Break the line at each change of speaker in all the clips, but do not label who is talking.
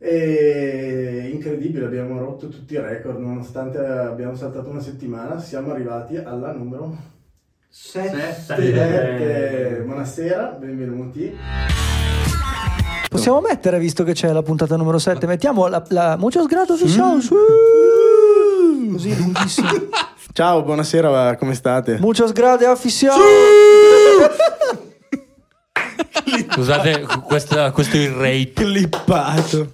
E incredibile, abbiamo rotto tutti i record, nonostante abbiamo saltato una settimana, siamo arrivati alla numero
Eh.
7. Buonasera, benvenuti. Certo.
Possiamo mettere, visto che c'è la puntata numero 7, mettiamo la, la Muchos
Mm.
Gratos di Show. Così lunghissimo.
Ciao, buonasera, come state?
Muchos Gratos Official.
Scusate questa- questo è il rate.
Clippato.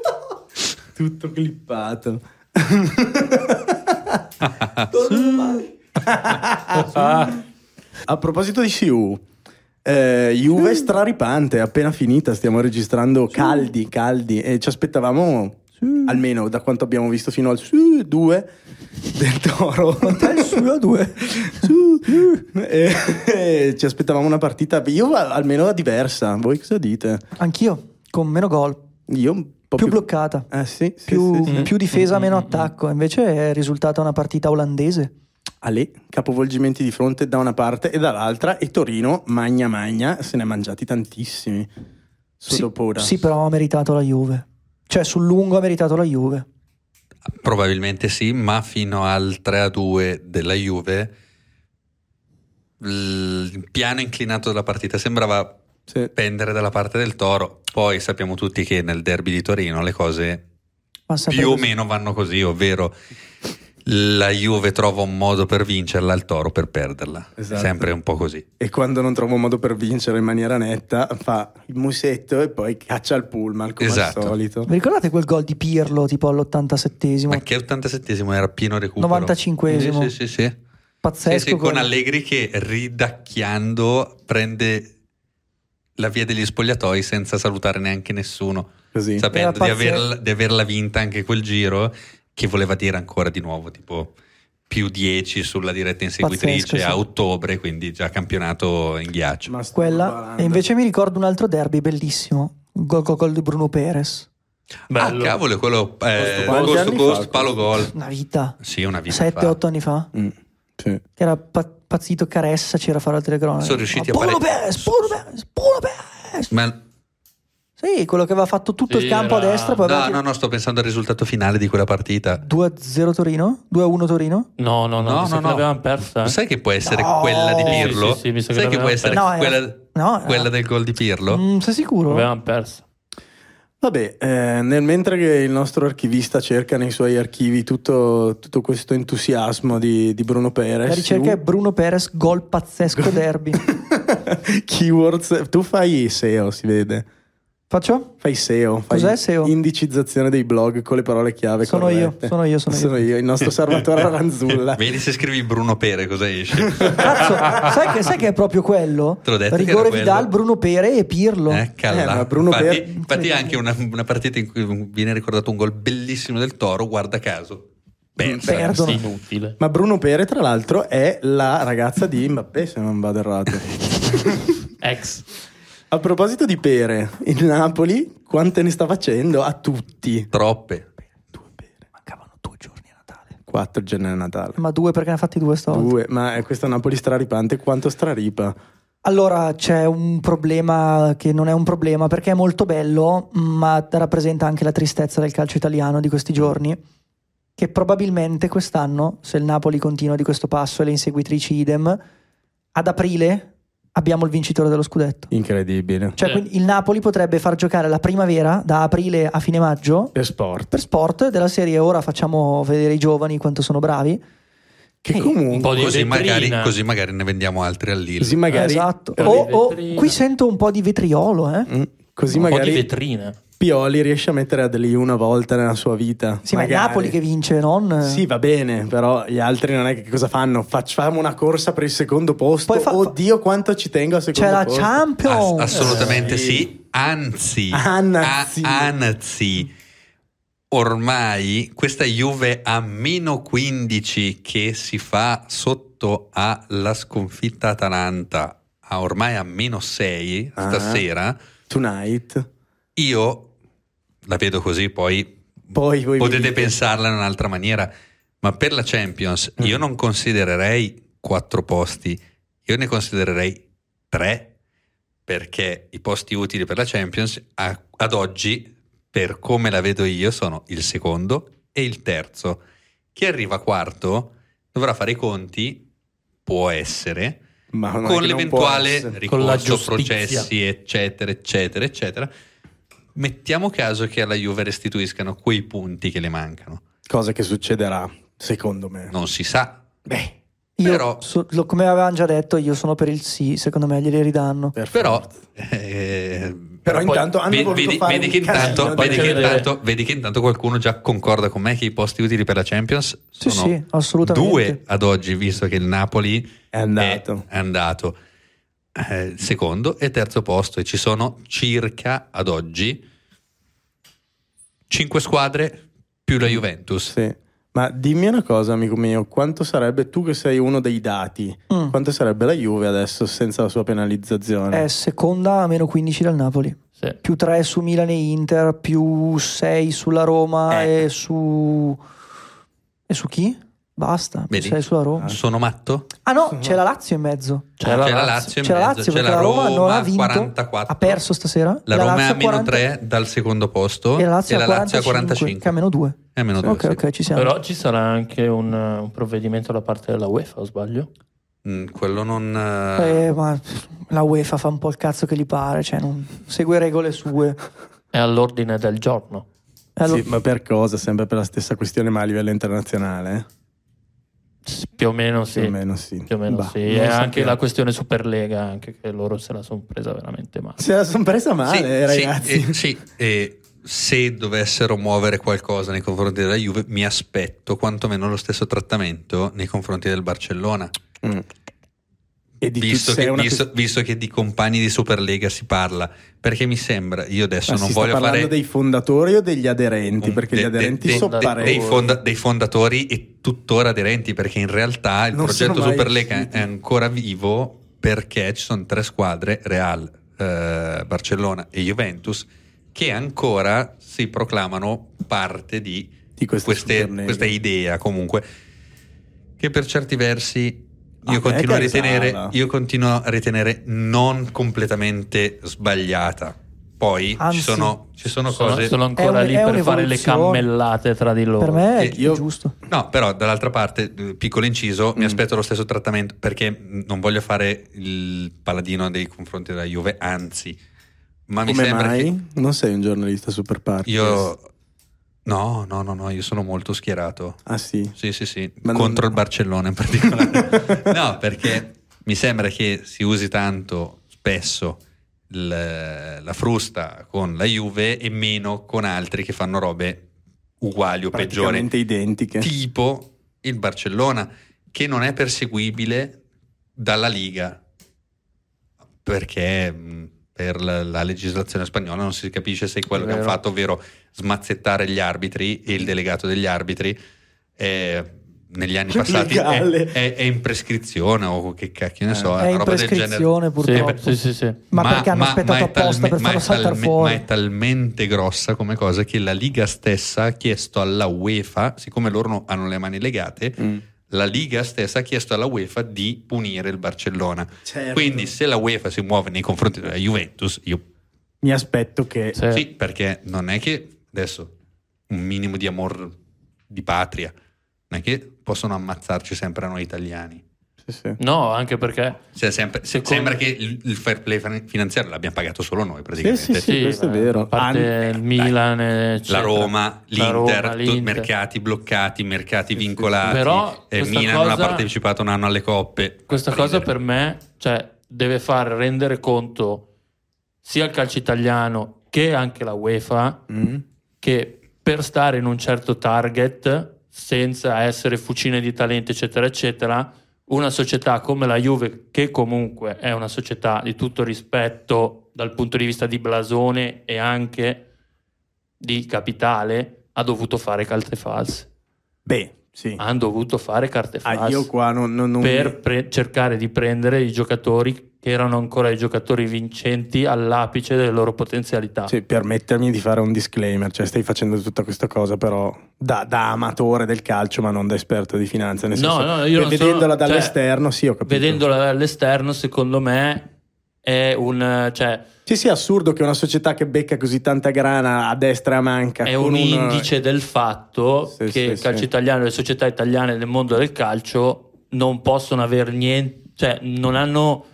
Tutto clippato. A proposito di CU, eh, Juve straripante, appena finita, stiamo registrando caldi, caldi e ci aspettavamo almeno da quanto abbiamo visto fino al su 2 del Toro.
Quant'è il suo 2?
E- e ci aspettavamo una partita, io almeno diversa, voi cosa dite?
Anch'io, con meno gol,
Io un po'
più,
più,
bloccata,
Eh sì, sì,
più, Mm.
sì, Mm, sì.
più difesa, meno attacco. Invece è risultata una partita olandese.
Ale, capovolgimenti di fronte da una parte e dall'altra e Torino, magna magna, se ne è mangiati tantissimi. Solo
sì,
paura.
sì, però ha meritato la Juve. Cioè, sul lungo ha meritato la Juve.
Probabilmente sì, ma fino al 3-2 della Juve il piano inclinato della partita sembrava
Sì.
pendere dalla parte del Toro. Poi sappiamo tutti che nel derby di Torino le cose
Ma sempre
più o
così.
meno vanno così, ovvero la Juve trova un modo per vincerla, il Toro per perderla.
Esatto.
Sempre un po' così.
E quando non trovo modo per vincere in maniera netta, fa il musetto e poi caccia il pullman come
Esatto.
al solito.
Vi ricordate quel gol di Pirlo, tipo all'87esimo?
Ma che 87esimo era pieno recupero.
95esimo.
Sì, sì, sì. sì.
Pazzesco.
Sì, sì, con
quello.
Allegri che ridacchiando prende la via degli spogliatoi senza salutare neanche nessuno,
Così.
Era
sapendo di,
pazzesco.
averla, di averla vinta anche quel giro, che voleva dire ancora di nuovo tipo più 10 sulla diretta inseguitrice
Pazzesco, sì.
a ottobre, quindi già campionato in ghiaccio.
Ma sto
Quella.
barando.
E invece mi ricordo un altro derby bellissimo. Gol, gol, gol di Bruno Perez.
Ah, cavolo, quello eh,
Costo quanti
costo
anni
costo,
fa?
palo gol.
Una vita.
Sì, una vita. fa.
7-8 anni fa.
Mm, sì.
Che era pa- pazzito Caressa, c'era a fare la telecronaca.
Sono riusciti
Ma
a
Bruno
pare-
Perez, Bruno Perez, Bruno Perez.
Ma
Sì, quello che aveva fatto tutto
Sì,
il campo
era-
a destra. Poi
no,
aveva
no, no, sto pensando al risultato finale di quella partita.
2-0 Torino? 2-1 Torino?
No, no, no,
No,
mi sa
no,
che
no.
l'avevamo persa. eh.
Sai che può essere
No.
quella di
Sì, sì,
Pirlo?
sì, sì, mi sa che
Sai che
l'avevamo
può essere
persa. No, era-
quella,
no, era-
quella del gol di Pirlo?
Mm, sei sicuro?
L'avevamo persa.
Vabbè, eh, nel mentre che il nostro archivista cerca nei suoi archivi tutto, tutto questo entusiasmo di, di Bruno Perez.
La ricerca è Bruno Perez, gol pazzesco derby.
Keywords. Tu fai SEO, si vede.
Faccio?
Fai SEO, fai
Cos'è SEO?
indicizzazione dei blog con le parole chiave.
Sono io,
corrette.
sono io, sono io.
il nostro Salvatore Ranzulla.
Vedi se scrivi Bruno Pere cosa esce?
Cazzo, sai, che, sai che è proprio quello?
Te l'ho detto che
Rigore
era
Vidal,
quello.
Bruno Pere e Pirlo.
Eh, calla.
Eh, ma Bruno
infatti,
Pere-
infatti anche una, una partita in cui viene ricordato un gol bellissimo del Toro, guarda caso. Persa.
Perdo. Perdono.
Inutile.
Ma Bruno Pere, tra l'altro, è la ragazza di Mbappé, se non vado errato.
Ex.
A proposito di Pere, il Napoli quante ne sta facendo? A tutti.
Troppe.
Due Pere.
Mancavano due giorni a Natale.
4 gennaio Natale.
Ma due perché ne ha fatti due stavolta.
Due, ma è questa Napoli straripante quanto straripa.
Allora c'è un problema che non è un problema perché è molto bello, ma rappresenta anche la tristezza del calcio italiano di questi giorni. Che probabilmente quest'anno, se il Napoli continua di questo passo e le inseguitrici idem, ad aprile abbiamo il vincitore dello scudetto.
Incredibile.
Cioè,
Eh.
quindi il Napoli potrebbe far giocare la primavera da aprile a fine maggio
Per sport.
per sport della serie. Ora facciamo vedere i giovani quanto sono bravi.
Che
Sì.
comunque...
Un po' di
Così magari,
vetrina.
così magari ne vendiamo altri al Lille.
Così magari...
esatto.
Eh,
Oh, oh,
vetrina.
qui sento un po' di vetriolo, eh.
Mm, Così
Un po' di
magari
vetrina.
Pioli riesce a mettere Adli una volta nella sua vita.
Sì, ma è
Magari.
Napoli che vince, non.
Sì, va bene, però gli altri non è che cosa fanno? Facciamo una corsa per il secondo posto.
Poi fa-
Oddio, quanto ci tengo al secondo
C'è la
posto.
Champions.
Ass- assolutamente
Eh, sì.
sì. Anzi,
Anzi.
a- anzi, ormai questa Juve a meno 15 che si fa sotto alla sconfitta Atalanta, a ormai a meno 6
Ah.
stasera,
Tonight.
io la vedo così, poi
Poi voi
potete
vedete.
pensarla in un'altra maniera, ma per la Champions
Mm.
io non considererei 4 posti, io ne considererei 3 perché i posti utili per la Champions a- ad oggi, per come la vedo io, sono il secondo e il terzo. Chi arriva quarto dovrà fare i conti, può essere,
Ma non è
con
che non può
l'eventuale
essere.
Con la
ricorso,
giustizia.
processi, eccetera, eccetera, eccetera. Mettiamo caso che alla Juve restituiscano quei punti che le mancano.
cosa che succederà, secondo me.
Non si sa.
Beh,
Eh, Io,
Però-
su- lo- come avevamo già detto, io sono per il sì, secondo me glieli ridanno.
per
Però,
forza.
eh,
Però
poi
intanto hanno
vedi,
voluto
vedi-
fare
vedi
un
che intanto,
casino cioè
vedi,
del
che
Faccio vedere.
intanto, vedi che intanto qualcuno già concorda con me che i posti utili per la Champions
Sì,
sono
sì, assolutamente.
due ad oggi, visto che il Napoli
È andato.
è andato. Eh, secondo e terzo posto e ci sono circa ad oggi 5 squadre più la Juventus.
Sì. Ma dimmi una cosa, amico mio, quanto sarebbe tu che sei uno dei dati?
Mm.
Quanto sarebbe la Juve adesso senza la sua penalizzazione?
È seconda a meno 15 dal Napoli.
Sì.
Più 3 su Milan e Inter, più 6 sulla Roma
Eh.
e su... E su chi? Basta, più
Vedi?
6 sulla Roma.
Sono matto?
Ah no, c'è la Lazio in mezzo.
C'è la Lazio, in
Ah. C'è la
mezzo,
Lazio
c'è
perché
la Roma,
non ha vinto,
44.
ha perso stasera.
La, Roma è
Lazio
a meno
40
3 dal secondo posto
e la Lazio,
è
a 45, che è a meno 2.
È a meno due,
Ok,
sì. Eh,
ok, ci siamo.
Però ci sarà anche un, eh, un provvedimento da parte della UEFA, o sbaglio?
Mm, quello non... eh,
Eh, ma la UEFA fa un po' il cazzo che gli pare, cioè non segue regole sue.
È all'ordine del giorno.
Allora,
Sì, ma per cosa? Sempre per la stessa questione, ma a livello internazionale? eh?
S- Più o meno sì.
Più o meno sì.
Più o meno
Bah,
sì.
non
E
lo
anche
sappiamo.
la questione Superlega, anche che loro se la sono presa veramente male.
Se la sono presa male,
sì,
eh,
sì,
ragazzi.
eh, sì, eh, se dovessero muovere qualcosa nei confronti della Juve, mi aspetto quantomeno lo stesso trattamento nei confronti del Barcellona.
Mm. E di
Visto
tut- se è
che,
una
visto-
quest-
visto che di compagni di Superlega si parla, perché mi sembra, io adesso
Ma
non
Ah, si
voglio
sta parlando
fare
dei fondatori o degli aderenti?
un-
Perché
de-
gli
de-
aderenti
de-
sono
de-
parecchi.
dei, fonda- dei fondatori e tuttora aderenti, perché in realtà il
Non sono
progetto
mai
Superlega
usciti.
è ancora vivo perché ci sono tre squadre, Real, eh, Barcellona e Juventus, che ancora si proclamano parte di
di queste
queste-
Superlega.
questa idea comunque che per certi versi
Ah,
io continuo, a
è casata.
ritenere, io continuo a ritenere non completamente sbagliata. Poi
Anzi.
ci sono, ci sono
Sono,
cose...
sono ancora
È un-
lì
è
per fare le
un'evoluzione.
cammellate tra di loro.
per me è
Eh, io-
giusto.
No, però dall'altra parte, eh, piccolo inciso,
Mm.
mi aspetto lo stesso trattamento perché mh, non voglio fare il paladino dei confronti della Juve, anzi, ma mi
Come
sembra
mai?
che
Non sei un giornalista super party.
io... No, no, no, no, io sono molto schierato.
Ah sì.
Sì, sì, sì,
Ma non-
contro il Barcellona in particolare. no, perché mi sembra che si usi tanto spesso il- la frusta con la Juve e meno con altri che fanno robe uguali o peggiori.
Praticamente identiche.
Tipo il Barcellona, che non è perseguibile dalla Liga, perché mh, per la, la legislazione spagnola non si capisce se quello che hanno
Vero.
fatto, ovvero smazzettare gli arbitri e il delegato degli arbitri eh, negli anni
Cioè,
passati è,
Legale.
è- è in prescrizione o che cacchio ne so,
Eh. È
una
in
roba del genere.
prescrizione
Sì,
purtroppo.
sì, sì, sì.
Ma, perché hanno
ma-
aspettato
ma è
apposta
talme-
per
ma è
farlo saltare
talme-
fuori?
Ma è talmente grossa come cosa che la Liga stessa ha chiesto alla UEFA, siccome loro no- hanno le mani legate,
Mm.
la Liga stessa ha chiesto alla UEFA di punire il Barcellona.
Eh,
Certo.
Quindi se la UEFA si muove nei confronti della Juventus, io
Mi aspetto che...
Eh.
Sì.
sì, perché non è che adesso un minimo di amor di patria, non è che possono ammazzarci sempre a noi italiani.
Sì, sì.
No, anche perché
Cioè, sempre-
Secondo-
Sembra che il il fair play fin- finanziario l'abbiamo pagato solo noi praticamente.
Sì, sì, questo è
eh,
vero.
A parte
An-
il Milan,
la
eccetera.
Roma,
La
l'Inter,
Roma,
tu-
l'Inter.
mercati bloccati, mercati
Sì, sì, sì.
vincolati.
Però
e
questa
Milan non ha
cosa-
partecipato un anno alle coppe.
Questa cosa per me cioè, deve far rendere conto sia il calcio italiano che anche la UEFA
Mm.
che per stare in un certo target, senza essere fucine di talenti, eccetera, eccetera, una società come la Juve, che comunque è una società di tutto rispetto dal punto di vista di blasone e anche di capitale, ha dovuto fare carte false.
Beh, sì.
Ah,
Hanno dovuto fare carte
Ah,
false
io qua non... non, non
per pre- cercare di prendere i giocatori che erano ancora i giocatori vincenti all'apice delle loro potenzialità.
Sì, Cioè, permettermi di fare un disclaimer, cioè stai facendo tutta questa cosa però da, da amatore del calcio ma non da esperto di finanza, nel senso,
no, no, io non sono-
vedendola
cioè,
dall'esterno sì ho capito.
Vedendola dall'esterno, secondo me è un cioè,
Sì, sì, è assurdo che una società che becca così tanta grana a destra e a manca
è
con
un indice del fatto
Sì,
che
sì,
il calcio
sì.
italiano, le società italiane nel mondo del calcio non possono avere niente, cioè non hanno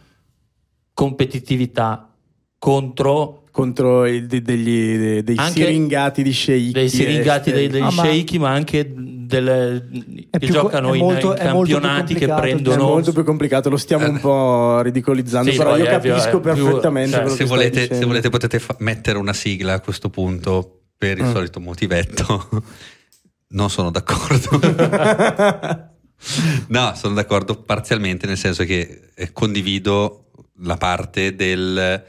competitività contro
contro i- de- degli, de- dei
Anche
siringati di eh, sceicchi.
dei siringati dei,
esteri.
dei
Ah, ma-
sceicchi, ma anche delle, che
più-
giocano
è
in-
molto-
in,
è molto più
campionati che
complicato,
È
prendono
molto più complicato, lo stiamo un po' ridicolizzando,
Sì,
però
poi
io
è ovvio,
capisco
è più-
perfettamente
cioè,
quello
se
che stai
volete, se
dicendo.
volete potete fa- mettere una sigla a questo punto per il
Mm.
solito motivetto. Non sono d'accordo. no, sono d'accordo parzialmente, nel senso che eh, condivido la parte del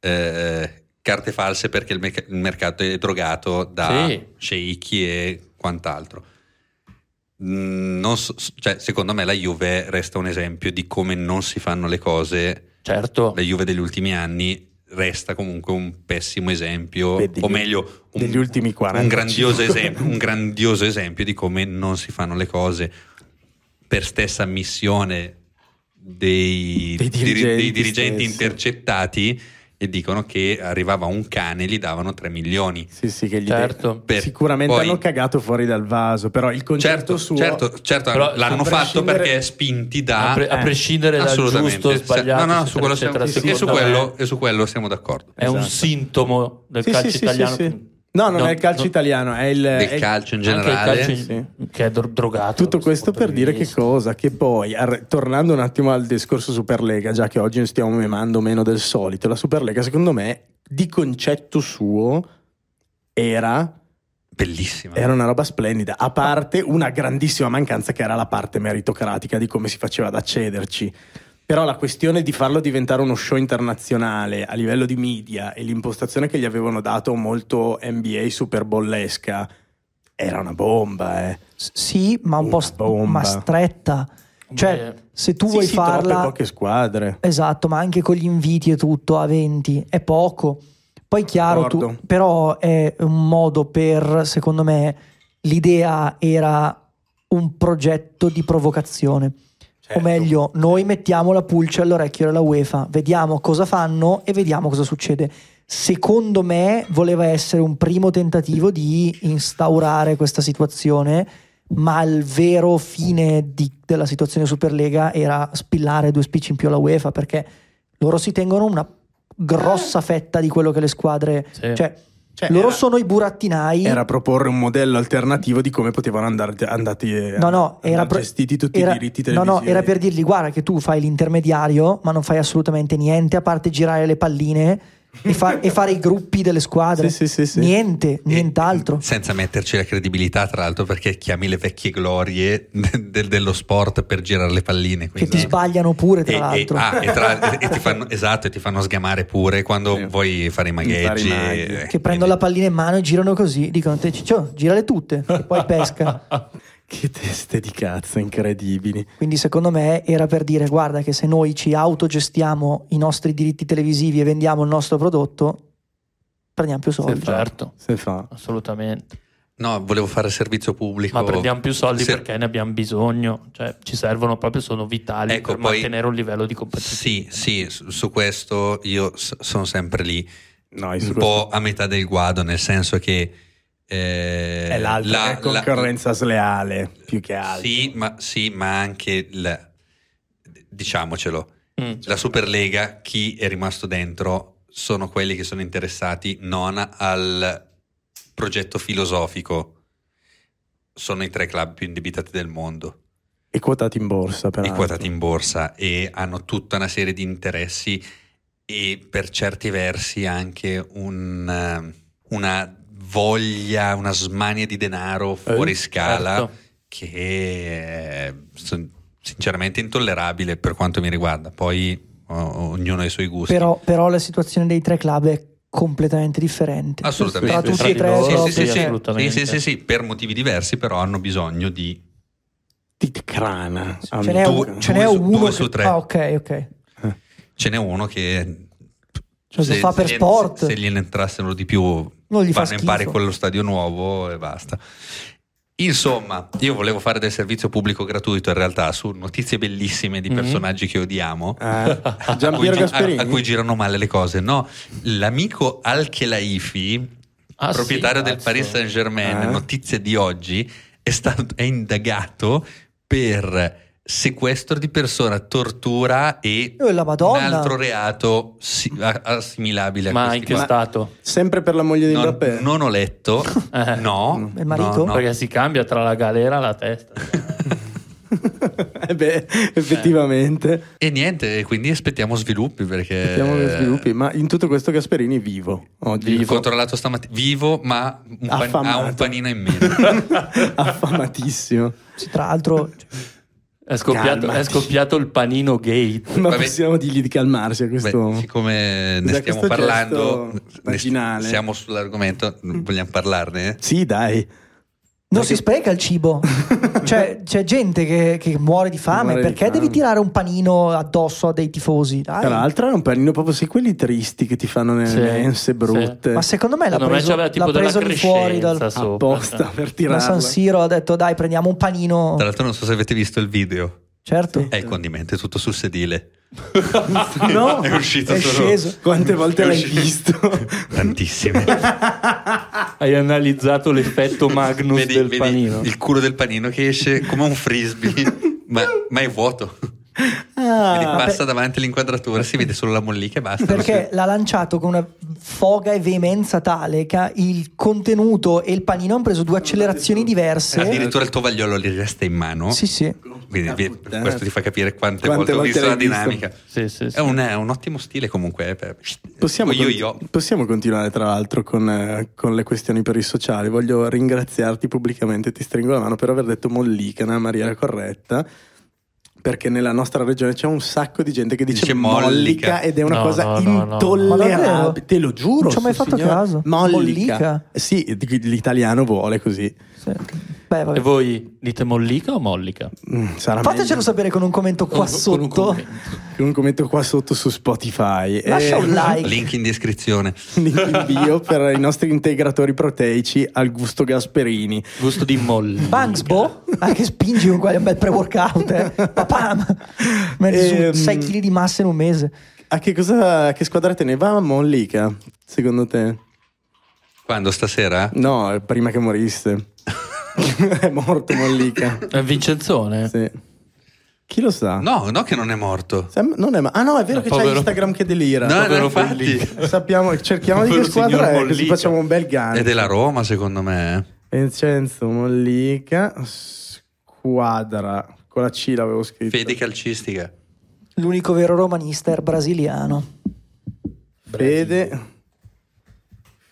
eh, carte false perché il, merc- il mercato è drogato da
Sì.
sceicchi e quant'altro. Mm, non so- cioè, secondo me la Juve resta un esempio di come non si fanno le cose
certo
la Juve degli ultimi anni resta comunque un pessimo esempio,
Beh, degli-
o meglio, un,
degli ultimi 40.
un grandioso esempio, un grandioso esempio di come non si fanno le cose per stessa missione dei,
Dei
diri-
dirigenti
dei dirigenti
stessi.
intercettati e dicono che arrivava un cane e gli davano 3 milioni.
Sì, sì, che gli
certo
Per-
Sicuramente
poi-
hanno cagato fuori dal vaso, però il concetto
Certo,
suo...
certo, certo,
Però
l'hanno
a
fatto
prescindere-
perché spinti da...
a, pre- a
eh,
prescindere dal
Ah, assolutamente.
giusto o
Se-
sbagliato
no, no, su
eccetera,
quello
eccetera,
siamo-
sì, sì,
e, su
secondo me
quello, e su quello siamo d'accordo.
è un
Esatto.
sintomo del
Sì,
calcio
sì, sì,
italiano
sì, sì. No, non
No,
è il calcio
no.
italiano, è il...
del
è Eh, il-
calcio in
anche il
generale.
calcio in-
sì.
che è dro- drogato
Tutto questo
dal
per
punto di
dire che
vista.
cosa? Che poi, ar- tornando un attimo al discorso Superlega, già che oggi stiamo memando meno del solito, la Superlega secondo me, di concetto suo, era,
Eh.
Bellissima.
era una roba splendida, a parte una grandissima mancanza che era la parte meritocratica di come si faceva ad accederci. Però la questione di farlo diventare uno show internazionale a livello di media e l'impostazione che gli avevano dato molto NBA super bollesca era una bomba, eh.
S- sì, ma un po'
Una
st-
bomba.
ma stretta. Cioè,
Beh,
se tu
Sì,
vuoi
sì, troppe
farla
poche squadre.
Esatto, ma anche con gli inviti e tutto a 20 è poco. Poi chiaro, tu-
D'accordo.
però è un modo per, secondo me, l'idea era un progetto di provocazione.
Certo.
O meglio, noi mettiamo la pulce all'orecchio della UEFA, vediamo cosa fanno e vediamo cosa succede. Secondo me voleva essere un primo tentativo di instaurare questa situazione, ma il vero fine di- della situazione Superlega era spillare due spicci in più alla UEFA perché loro si tengono una grossa fetta di quello che le squadre...
Sì.
Cioè,
Cioè,
loro
era-
sono i burattinai.
Era proporre un modello alternativo di come potevano andare, andati,
No, no, era
andar
pro-
gestiti tutti
era-
i diritti
No,
televisivi.
no, era per dirgli: guarda, che tu fai l'intermediario, ma non fai assolutamente niente a parte girare le palline e, fa- e fare i gruppi delle squadre.
Sì, sì, Eh, sì, sì.
Niente,
E-
nient'altro.
senza metterci la credibilità, tra l'altro, perché chiami le vecchie glorie de- de- dello sport per girare le palline.
Che
esatto.
quindi-
ti sbagliano pure, tra
Eh,
E- e-
l'altro.
ah, e tra- e ti fanno, esatto, e ti fanno sgamare pure quando
Sì.
vuoi fare i magheggi. eh,
Fare i
e-
maghi.
che prendono la pallina in mano e girano così, dicono te Ciccio, girale tutte, e poi pesca.
Che teste di cazzo incredibili.
Quindi secondo me era per dire guarda che se noi ci autogestiamo i nostri diritti televisivi e vendiamo il nostro prodotto, prendiamo più soldi.
fa.
certo
Se fa.
assolutamente
No, volevo fare servizio pubblico.
ma prendiamo più soldi
Ecco, Se-
perché ne abbiamo bisogno cioè ci servono proprio sono vitali
Ecco,
per
poi-
mantenere un livello di competitività
Sì, sì, su, su questo io s- sono sempre lì,
No,
un
su
po'
questo-
a metà del guado, nel senso che... eh,
è l'altra
la-
è
la-
concorrenza sleale, più che altro.
Sì, ma, sì, ma anche il, diciamocelo,
Mm.
la Superlega, chi è rimasto dentro sono quelli che sono interessati non al progetto filosofico, sono i tre club più indebitati del mondo
E quotati in borsa, però.
e quotati in borsa e hanno tutta una serie di interessi e per certi versi anche un, una voglia, una smania di denaro fuori
Eh,
scala
Certo.
che è son- sinceramente intollerabile per quanto mi riguarda. Poi o- ognuno ha i suoi gusti.
Però, però la situazione dei tre club è completamente differenti.
Assolutamente.
Tra tutti
Tra
e
di
tre,
loro,
proprio,
sì, sì, sì,
sì,
cioè,
Sì,
assolutamente.
sì, sì, sì, per motivi diversi, però hanno bisogno di
Ti crana.
ce n'è,
Due-
un- ce
due
n'è
su-
uno
due
che-
su tre.
Ah, ok, ok.
ce n'è uno che
Cioè, lo fa per
se-
sport.
se gliene entrassero di più
Non gli fa
vanno in pari
schifo.
con lo stadio nuovo e basta insomma io volevo fare del servizio pubblico gratuito in realtà su notizie bellissime di
Mhm.
personaggi che odiamo
Eh,
a cui
Giampiero
gi-
Gasperini.
a- a cui girano male le cose no l'amico Al-Khelaifi
Ah, sì,
proprietario del
cazzo.
Paris Saint Germain,
Eh.
notizia di oggi, è, stato, è indagato per sequestro di persona, tortura e
Oh, la
un
Madonna.
altro reato si- a- assimilabile a
Ma
questi
in che
qua.
stato?
Sempre per la moglie di
non,
Mbappé.
non ho letto,
Eh.
no,
Il marito?
no, no.
Perché si cambia tra la galera e la testa.
Eh beh, effettivamente.
E niente, quindi aspettiamo sviluppi perché
Vediamo gli sviluppi. Ma in tutto questo Gasperini è vivo. Oggi
Ho controllato stamattina vivo, ma un pan- ha
Affamato.
un panino in meno.
affamatissimo.
Sì, tra l'altro, cioè,
È scoppiato,
Calmati.
è scoppiato il panino gate.
Ma
Vabbè.
possiamo dirgli di calmarsi a
Beh,
questo.
siccome ne
Cos'è
stiamo
questo
parlando,
gesto
ne-
vaginale? Mm.
siamo sull'argomento, vogliamo parlarne?
Sì, dai.
non si spreca il cibo. cioè, c'è gente che, che muore di fame.
Muore di
perché
fame.
devi tirare un panino addosso a dei tifosi? Dai.
Tra l'altro è un panino proprio se quelli tristi che ti fanno nelle
Sì,
mense
sì.
brutte.
Ma secondo me l'ha
Secondo me
preso,
c'aveva tipo
l'ha
della
preso lì fuori
crescenza
dal
sopra.
apposta per
da
tirarla.
San Siro. Ha detto, dai, prendiamo un panino.
Tra l'altro non so se avete visto il video.
Certo.
È il condimento, è tutto sul sedile.
No,
è uscito
è
solo
sceso.
Quante volte
È
l'hai
uscito.
visto?
tantissime.
Hai analizzato l'effetto Magnus
Vedi-
del
vedi
panino.
Il culo del panino che esce come un frisbee, ma, ma è vuoto. Quindi
Ah,
passa davanti all'inquadratura, si vede solo la mollica e basta.
Perché l'ha lanciato con una foga e veemenza tale che il contenuto e il panino hanno preso due accelerazioni diverse.
Addirittura il tovagliolo gli resta in mano.
Sì, sì.
Quindi
Ah,
vi-
puttana.
questo ti fa capire quante,
Quante
volte, ho
volte
visto
l'hai
la
visto?
dinamica.
Sì, sì, sì.
È un, è un ottimo stile comunque. eh, per-
Possiamo,
io,
conti-
io.
possiamo continuare tra l'altro con, eh, con le questioni per i sociali. Voglio ringraziarti pubblicamente, ti stringo la mano per aver detto mollica nella maniera corretta. Perché nella nostra regione c'è un sacco di gente che dice,
Dice mollica.
mollica. ed è una
No,
cosa
no, no, no, no.
intollerabile.
Ma davvero?
Te lo giuro.
Non ci ho mai
sì,
fatto
signora.
caso.
Mollica.
Mollica.
Sì, l'italiano vuole così.
Sì. Beh, vabbè.
E voi dite mollica o mollica?
Mm, Sarà
Fatecelo
meglio.
sapere con un commento
Con-
qua
con un
sotto.
commento.
Con un commento qua sotto su Spotify.
Lascia
Eh,
un like.
Link in descrizione.
link in bio per i nostri integratori proteici al gusto Gasperini.
Gusto di mollica.
Bugsbo, ah, che spingi con quale bel pre-workout, eh. Papam. Metti su
Ehm.
6 kg di massa in un mese.
A che, cosa, a che squadra te ne va Mollica, secondo te?
Quando stasera?
No, prima che morisse. è morto Mollica.
È Vincenzone?
Sì. Chi lo sa?
No, no, che non è morto.
Sam- non è ma- ah no, è vero
No,
che c'è
povero-
Instagram che delira.
No, no,
povero
infatti.
Mollica.
Sappiamo, cerchiamo di che
Povero
squadra
signor
è, così
Mollica.
facciamo un bel gancio.
È della Roma, secondo me. eh.
Vincenzo Mollica, squadra. Con la C l'avevo scritto.
Fede calcistica.
L'unico vero romanista è il brasiliano.
Fede.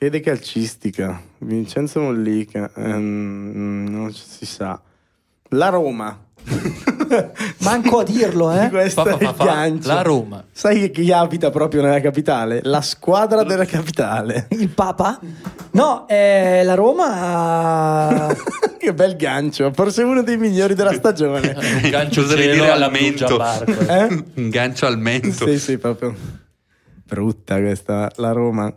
Fede calcistica, Vincenzo Mollica, ehm, non si sa. La Roma.
Manco a dirlo, eh.
Questo
Fa, fa,
è
fa,
il
fa.
gancio.
La Roma.
Sai chi abita proprio nella capitale? La squadra della capitale.
Il Papa? No, eh, la Roma ha-
che bel gancio, forse uno dei migliori della stagione.
Eh, Un gancio
Cosa devi
gelo
dire
alla
al mento?
Perugia Barco.
Eh?
Un gancio al mento.
sì, sì, proprio. Brutta questa, la Roma.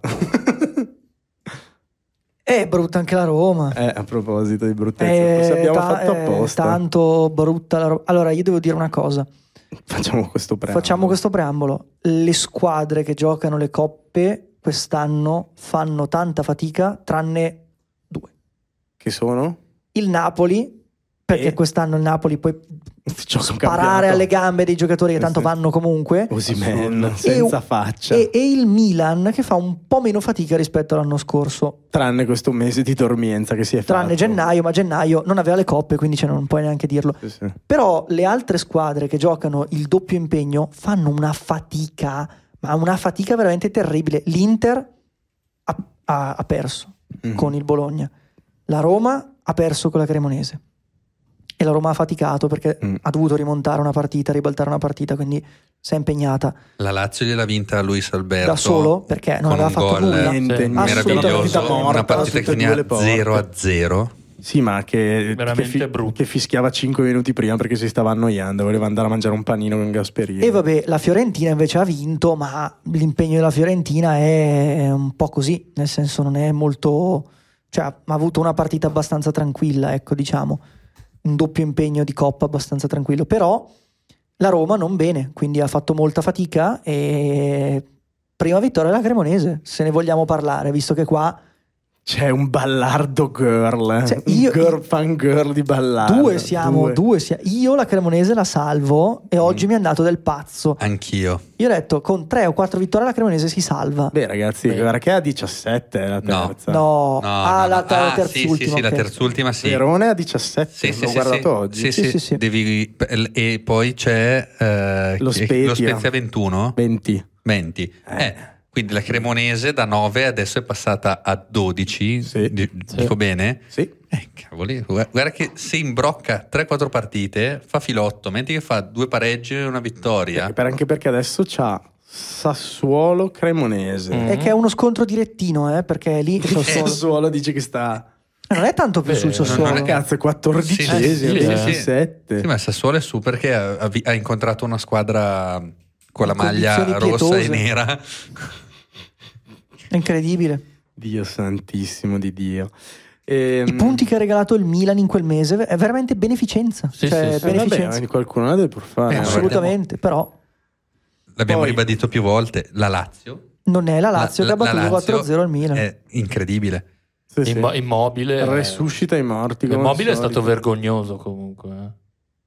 è brutta anche la Roma.
eh, a proposito di bruttezza,
È
forse abbiamo
Eh, ta-
fatto
è
apposta.
tanto brutta la Roma. Allora, io devo dire una cosa.
Facciamo questo premio.
Facciamo questo preambolo. Le squadre che giocano le coppe quest'anno fanno tanta fatica, tranne due.
Che sono?
Il Napoli, perché
E?
quest'anno il Napoli poi
Gioca un
parare
campionato.
alle gambe dei giocatori che
Eh
tanto
sì.
vanno comunque.
Osimhen,
E-
senza faccia.
E, e il Milan che fa un po' meno fatica rispetto all'anno scorso.
Tranne questo mese di dormienza che si è
Tranne
fatto.
gennaio, ma gennaio non aveva le coppe, quindi cioè, non puoi neanche dirlo.
Sì, sì.
Però le altre squadre che giocano il doppio impegno fanno una fatica, ma una fatica veramente terribile. L'Inter ha, ha- ha perso
Mm-hmm.
Mm.
Eh,
con il Bologna, la Roma ha perso con la Cremonese e la Roma ha faticato perché
Mm.
ha dovuto rimontare una partita, ribaltare una partita, quindi si è impegnata.
La Lazio gliel'ha vinta Luis Alberto.
Da solo? Perché non
con
aveva
un
fatto
gol
nulla.
Niente,
Sì.
niente.
Assolutamente.
meraviglioso.
Partita morta,
una partita
tutte
che
e due
finiva
le porte.
0 a 0.
Sì, ma che,
Veramente
che,
brutto.
che fischiava 5 minuti prima perché si stava annoiando, voleva andare a mangiare un panino con Gasperini.
E vabbè, la Fiorentina invece ha vinto, ma l'impegno della Fiorentina è un po' così, nel senso non è molto... cioè ha avuto una partita abbastanza tranquilla, ecco diciamo, un doppio impegno di Coppa abbastanza tranquillo, però la Roma non bene, quindi ha fatto molta fatica e prima vittoria alla Cremonese, se ne vogliamo parlare, visto che qua
C'è un ballardo girl, eh.
Cioè,
un
io-
girl fan girl di ballardo.
due siamo, due, sia- io la Cremonese la salvo e oggi mi è andato del pazzo.
Anch'io.
Io ho detto con tre o quattro vittorie la Cremonese si salva.
Beh ragazzi,
Beh.
guarda che a 17 è la
No.
terza.
No,
No,
ah,
no,
la,
no.
ta- la
Ah, sì,
terzultima.
Sì, sì, la
ok.
terzultima sì.
Verone a 17,
Sì, sì,
l'ho
sì,
guardato
sì.
oggi.
Sì,
Sì,
sì.
sì, sì.
Devi- E poi c'è eh,
Lo
chi-
Spezia.
lo Spezia 21.
20.
20.
Eh.
Eh, quindi la Cremonese da 9 adesso è passata a 12.
Sì.
Di-
Sì.
Dico bene?
Sì.
Eh, cavoli, guarda guarda che se imbrocca 3-4 partite fa filotto, mentre che fa due pareggi e una vittoria.
E per- anche perché adesso c'ha Sassuolo Cremonese.
Mm.
È che è uno scontro direttino, eh, perché lì il Sassuolo-
Sassuolo dice che sta...
non è tanto più
Beh,
sul
non-
Sassuolo.
non
Ma cazzo, è 14
Sì, sì, sì.
17.
Sì, ma il Sassuolo è su perché ha, ha vi- ha incontrato una squadra con la
In
maglia
condizioni
rossa e
pietose.
nera.
eh. È incredibile.
Dio santissimo di Dio. Ehm,
I punti che ha regalato il Milan in quel mese è veramente beneficenza.
Sì,
cioè,
sì, sì.
eh, vabbè,
beneficenza.
anche qualcuno la deve pur fare.
Eh,
no?
assolutamente.
Assolutamente, però
L'abbiamo
Poi-
ribadito più volte, la Lazio.
non è la Lazio che
La-
ha
la- la
battuto
Lazio
4-0 al Milan.
È incredibile.
Sì, sì.
Immo- immobile. eh,
Resuscita i morti. come al
Immobile è
solito.
stato vergognoso comunque.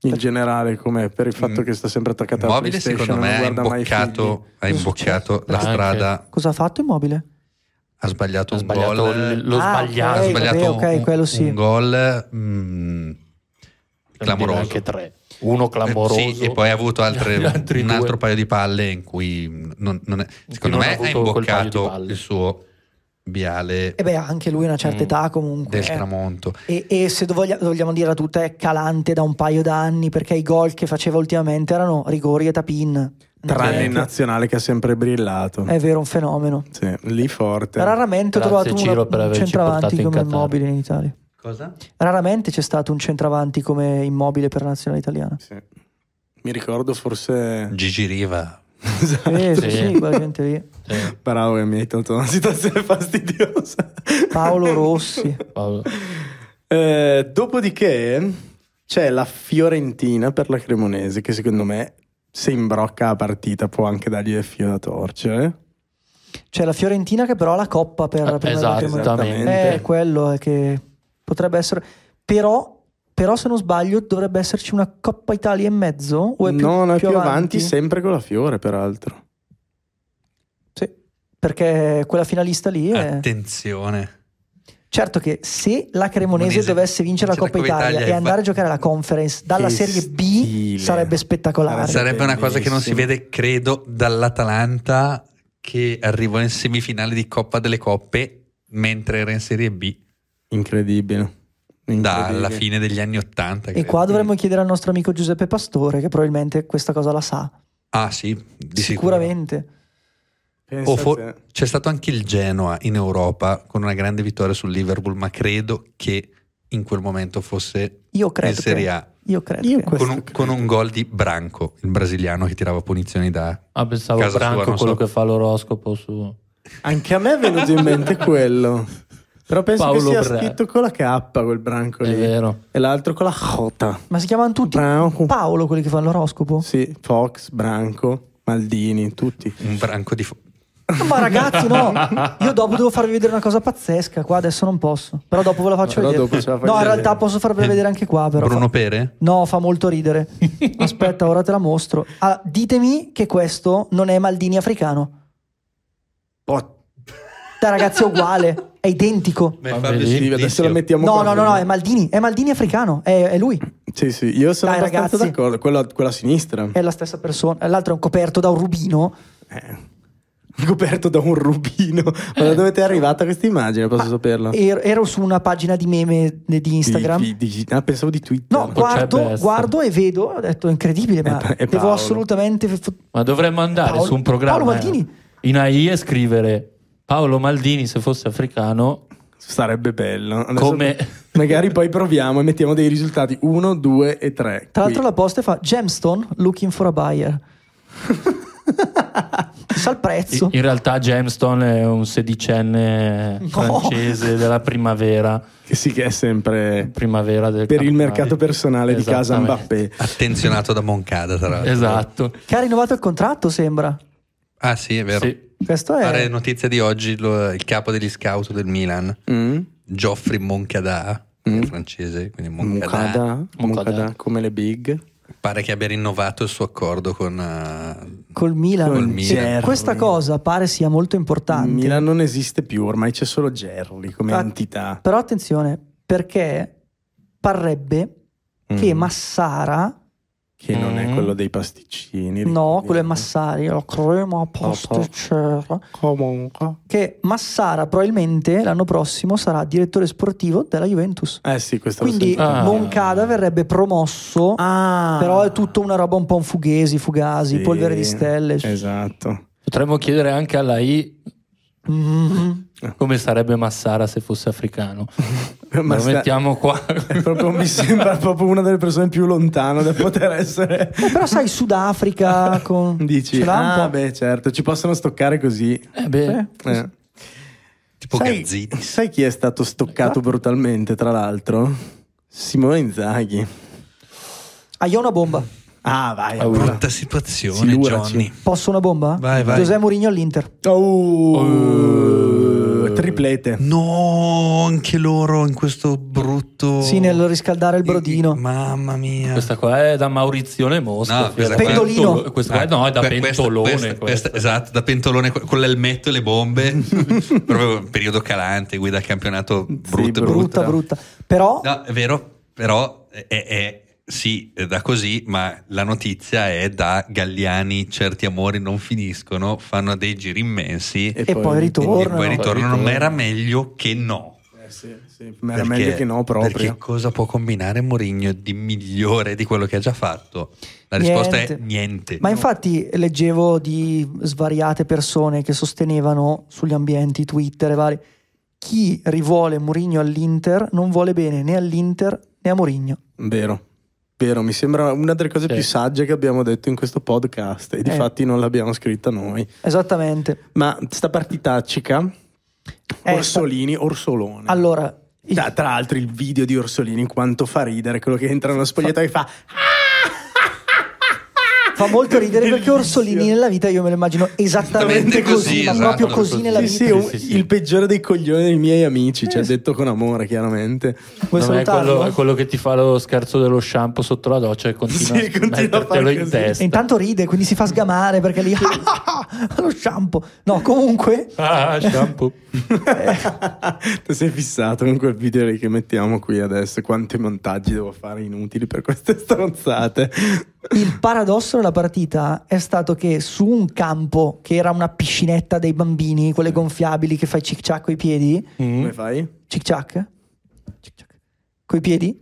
eh.
In generale, com'è? Per il fatto
Mm.
che sta sempre attaccato alla
Immobile
PlayStation,
secondo me
non
ha
guarda mai i
imboccato, ha
Cosa è
imboccato la
Ah, anche.
strada,
Cosa ha fatto Immobile?
ha sbagliato
Ha
un
sbagliato
gol.
l- lo
Ah,
sbagliato.
ha
ok,
sbagliato
vabbè, ok,
un,
quello sì.
un gol mm, clamoroso.
Anche tre. Uno clamoroso.
Eh, sì, e poi ha avuto altre-
Gli altri
un
due.
altro paio di palle in cui non, non è- secondo
non ha
me ha
avuto quel paio di
imboccato
palle.
il suo viale
E Eh, beh, anche lui ha una certa
Mm.
età comunque.
del
eh.
tramonto.
E, e se voglia- vogliamo dire a tutta è calante da un paio d'anni perché i gol che faceva ultimamente erano rigori e tapin.
Tranne
Sì.
in nazionale che ha sempre brillato.
È vero, un fenomeno.
Sì, lì forte.
Raramente ho
Grazie,
trovato
Ciro, per
una- un
averci portato
centravanti
in
come
Qatar.
immobile in Italia.
Cosa?
Raramente c'è stato un centravanti come immobile per la nazionale italiana.
Sì. Mi ricordo forse...
Gigi Riva.
Esatto.
Eh, sì,
Sì.
sì, quella gente lì.
Sì,
Bravo, che mi hai tolto una situazione fastidiosa.
Paolo Rossi.
Paolo.
Eh, dopodiché c'è la Fiorentina per la Cremonese, che secondo me se imbrocca la partita può anche dargli il fio da torcere.
C'è la Fiorentina che però ha la coppa per
Eh,
per la
esatto,
Cremonese.
esattamente.
Eh, quello è che potrebbe essere. Però, però, se non sbaglio, dovrebbe esserci una Coppa Italia in mezzo? O è più,
non è più avanti?
avanti?
sempre con la Fiore, peraltro.
Sì, Perché quella finalista lì è.
Attenzione.
Certo che se la Cremonese
Cremonese
dovesse vincere la
vince la
Coppa,
Coppa
Italia,
Italia
e
e
andare
va-
a giocare alla Conference dalla
Che
Serie B
stile.
sarebbe spettacolare.
Sarà-
Sarebbe una cosa che non si
bellissimo.
vede, credo, dall'Atalanta che arrivò in semifinale di Coppa delle Coppe mentre era in Serie B
Incredibile.
dalla
Incredibile.
fine degli anni Ottanta.
E
credo.
qua dovremmo chiedere al nostro amico Giuseppe Pastore, che probabilmente questa cosa la sa.
Ah sì, di sicuro.
Sicuramente.
Pensa
O for-
a te.
c'è stato anche il Genoa in Europa con una grande vittoria sul Liverpool, ma credo che in quel momento fosse
Io credo.
in Serie
che-
A
Io credo.
Io
che-
questo
con un,
credo.
con un gol di Branco, il brasiliano che tirava punizioni da
Ah, pensavo
Casa
Branco
sua, non
quello
so.
che fa l'oroscopo su.
Anche a me è venuto in mente quello. Però penso
Paolo
che sia
Bra- Eh.
scritto con la K quel branco
È
lì.
vero.
E l'altro con la J.
Ma si chiamano tutti
Branco.
Paolo quelli che fanno l'oroscopo?
Sì, Fox, Branco, Maldini, tutti.
un Branco di fu-
Ma ragazzi, no! Io dopo devo farvi vedere una cosa pazzesca. Qua adesso non posso. Però dopo ve la faccio
Però
vedere.
dopo ce la fai
no, in
vedere.
realtà posso farvela vedere anche qua. Però
Eh, Bruno
fa-
Pere?
No, fa molto ridere. Aspetta, ora te la mostro. Ah, ditemi che questo non è Maldini africano.
Po-
Dai, ragazzi, è uguale. È identico.
Fabio Sì,
Sì, adesso la mettiamo
No,
qua,
no, no,
secondo
no,
me.
è Maldini. È Maldini africano. È, è lui.
Sì, sì, io sono
Dai,
abbastanza
ragazzi. Eh.
d'accordo. Quello, quello a sinistra.
È la stessa persona. L'altro è un coperto da un rubino.
Eh. ricoperto da un rubino. Ma da dove ti è arrivata questa immagine? Posso
Eh. Ma
saperla?
Ero, ero su una pagina di meme de- di Instagram.
Di- di- di- ah, pensavo di Twitter.
No, guardo,
essere.
guardo e vedo, ho detto è incredibile, ma
pa- è
devo
Paolo.
assolutamente... f-
Ma dovremmo andare
Paolo-
su un programma eh.
Paolo Maldini.
in AI e scrivere Paolo Maldini se fosse africano.
Sarebbe bello. Adesso
Come-
Magari poi proviamo e mettiamo dei risultati 1, 2 e 3.
Tra l'altro la posta fa Gemstone looking for a buyer. Chissà il
I-
prezzo.
In realtà Gemstone è un sedicenne francese della primavera,
Che sì, che è sempre
primavera del
per il
campionato.
mercato personale di casa
Esattamente.
Mbappé.
Attenzionato da Moncada, tra l'altro.
Esatto.
Che ha rinnovato il contratto, sembra.
Ah, sì, è vero.
Sì.
Questo è...
Pare notizia di oggi lo- il capo degli scout del Milan,
Mm?
Geoffrey Moncada,
Mm.
è francese, quindi Moncada,
Moncada,
Moncada.
Moncada, come le big.
pare che abbia rinnovato il suo accordo con... eh,
Col Milan.
Col
E
Milan.
Questa cosa pare sia molto importante.
Milan non esiste più, ormai c'è solo Gerli come
Ah,
entità.
Però attenzione, perché parrebbe che
Mm.
Massara,
Che non è
Mm.
quello dei pasticcini.
no,
ricordiamo.
quello è Massari, la crema pasticcera,
Comunque.
che Massara probabilmente l'anno prossimo sarà direttore sportivo della Juventus.
Eh sì, questa l'ho
Quindi
sentita.
Ah.
Moncada verrebbe promosso,
Ah.
però è tutta una roba un po' un fughesi, fugasi,
Sì,
polvere di stelle.
Esatto.
Potremmo chiedere anche alla I
Mm.
Ah.
come sarebbe Massara se fosse africano.
Ma
Lo
sta-
mettiamo qua.
è proprio- mi sembra proprio una delle persone più lontane da poter essere.
Eh, però sai, Sudafrica con...
Dici,
ce l'ha un
ah
po'?"
beh certo, ci possono stoccare così.
Eh beh,
Eh.
tipo
Sai,
Gazzini.
sai chi è stato stoccato brutalmente, tra l'altro? Simone Inzaghi.
Ah, io ho una bomba.
Ah, vai.
Paura.
allora.
Brutta situazione,
Siluraci.
Johnny.
Posso una bomba?
Vai, vai.
José Mourinho all'Inter.
Oh, triplete.
No, anche loro in questo brutto...
Sì, nel riscaldare il brodino.
Mamma mia.
questa qua è da Maurizione Mosca.
No, questa qua-
Pendolino.
Questa qua no, è da
Ah, Que- questa-
Pentolone.
questa- questa-
questa.
esatto, da pentolone co- con l'elmetto e le bombe. Proprio un periodo calante, guida il campionato brutto, brutto.
brutta, brutta. Però
No, è vero, però è, è- sì, è da così, ma la notizia è da Galliani, certi amori non finiscono, fanno dei giri immensi e,
E poi
poi
ritornano.
ritornano, ma
ritornano.
era meglio che no.
Eh, sì, sì, ma era
Perché-
meglio che no
Perché
proprio.
cosa può combinare Mourinho di migliore di quello che ha già fatto? La risposta è niente.
Ma infatti leggevo di svariate persone che sostenevano sugli ambienti Twitter e vari chi rivuole Mourinho all'Inter non vuole bene né all'Inter né a Mourinho.
Vero. Vero, mi sembra una delle cose
Sì.
più sagge che abbiamo detto in questo podcast e di fatti non l'abbiamo scritta noi.
Mm.
Esattamente.
Ma sta partitaccica
Eh,
Orsolini, Orsolone.
Allora, il-
Tra, tra l'altro il video di Orsolini quanto fa ridere quello che entra nello spogliatoio e fa
fa molto ridere perché
Bellissimo.
Orsolini nella vita io me lo immagino esattamente
Esattamente
così,
così,
ma
esatto,
proprio così,
così.
nella
Sì,
vita. Eh.
sì, un-
sì, sì.
il peggiore dei coglioni dei miei amici, ci ha detto con amore, chiaramente.
Non
Vuoi
è
salutarlo?
quello, è quello che ti fa lo scherzo dello shampoo sotto la doccia e continua,
Sì,
a
continua a
mettertelo
fare
in
così.
testa.
E intanto ride, quindi si fa sgamare perché lì lo shampoo. No, comunque
Ah, shampoo.
Eh.
Ti sei fissato con quel video lì che mettiamo qui adesso, quanti montaggi devo fare inutili per queste stronzate.
Il paradosso della partita è stato che su un campo che era una piscinetta dei bambini, quelle gonfiabili che fai cic ciac coi piedi,
Mm.
Come fai?
cic ciac, cic ciac, coi piedi,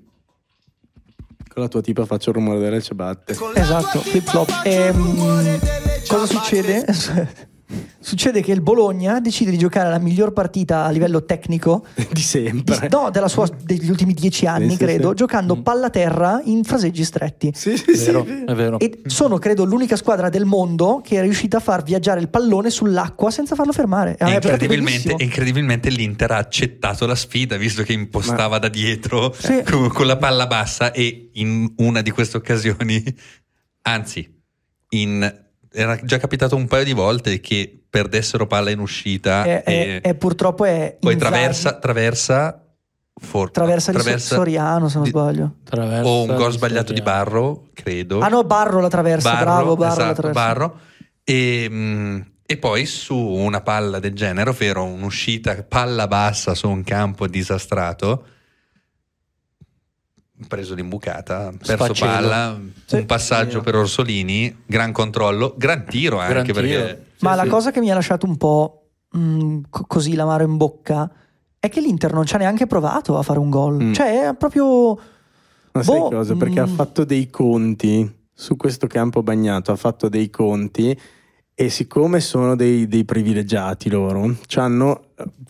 Con la tua tipa faccio il rumore delle ciabatte.
esatto, flip flop. Ehm, cosa succede? succede che il Bologna decide di giocare la miglior partita a livello tecnico
Di
di-
sempre.
no, della sua- degli ultimi dieci anni,
Sì, Mm. sì,
credo,
sì.
giocando pallaterra in fraseggi stretti.
Sì, sì,
È vero,
sì.
è vero.
E
Mm.
sono, credo, l'unica squadra del mondo che è riuscita a far viaggiare il pallone sull'acqua senza farlo fermare. Eh,
ah,
E
Ha giocato
incredibilmente,
benissimo.
incredibilmente l'Inter ha accettato la sfida visto che impostava da dietro
eh,
Sì.
con, con la palla bassa e in una di queste occasioni, anzi, in- era già capitato un paio di volte che perdessero palla in uscita
È- è-
e
è Eh, purtroppo è
poi
Inzaghi.
traversa, traversa, for-
Traversa di So- Soriano, se non
di-
sbaglio.
Attraverso
o Oh, un
la
gol sbagliato di
storia.
Barro, credo.
Ah no, Barro la traversa,
Oh. Barro,
bravo, Barro la
esatto,
traversa.
Barro. E, mm, e poi su una palla del genere, ovvero un'uscita palla bassa su un campo disastrato, preso l'imbucata, perso
Sfaccello.
palla,
Sì.
un passaggio per Orsolini, gran controllo, gran tiro anche
Gran tiro.
perché
Ma la
sì.
cosa che mi ha lasciato un po' mh, co- così l'amaro in bocca è che l'Inter non ci ha neanche provato a fare un gol.
Mm.
Cioè, è proprio.
Ma sai
Boh,
cosa? Perché ha
mm.
fatto dei conti su questo campo bagnato, ha fatto dei conti e siccome sono dei, dei privilegiati loro, hanno...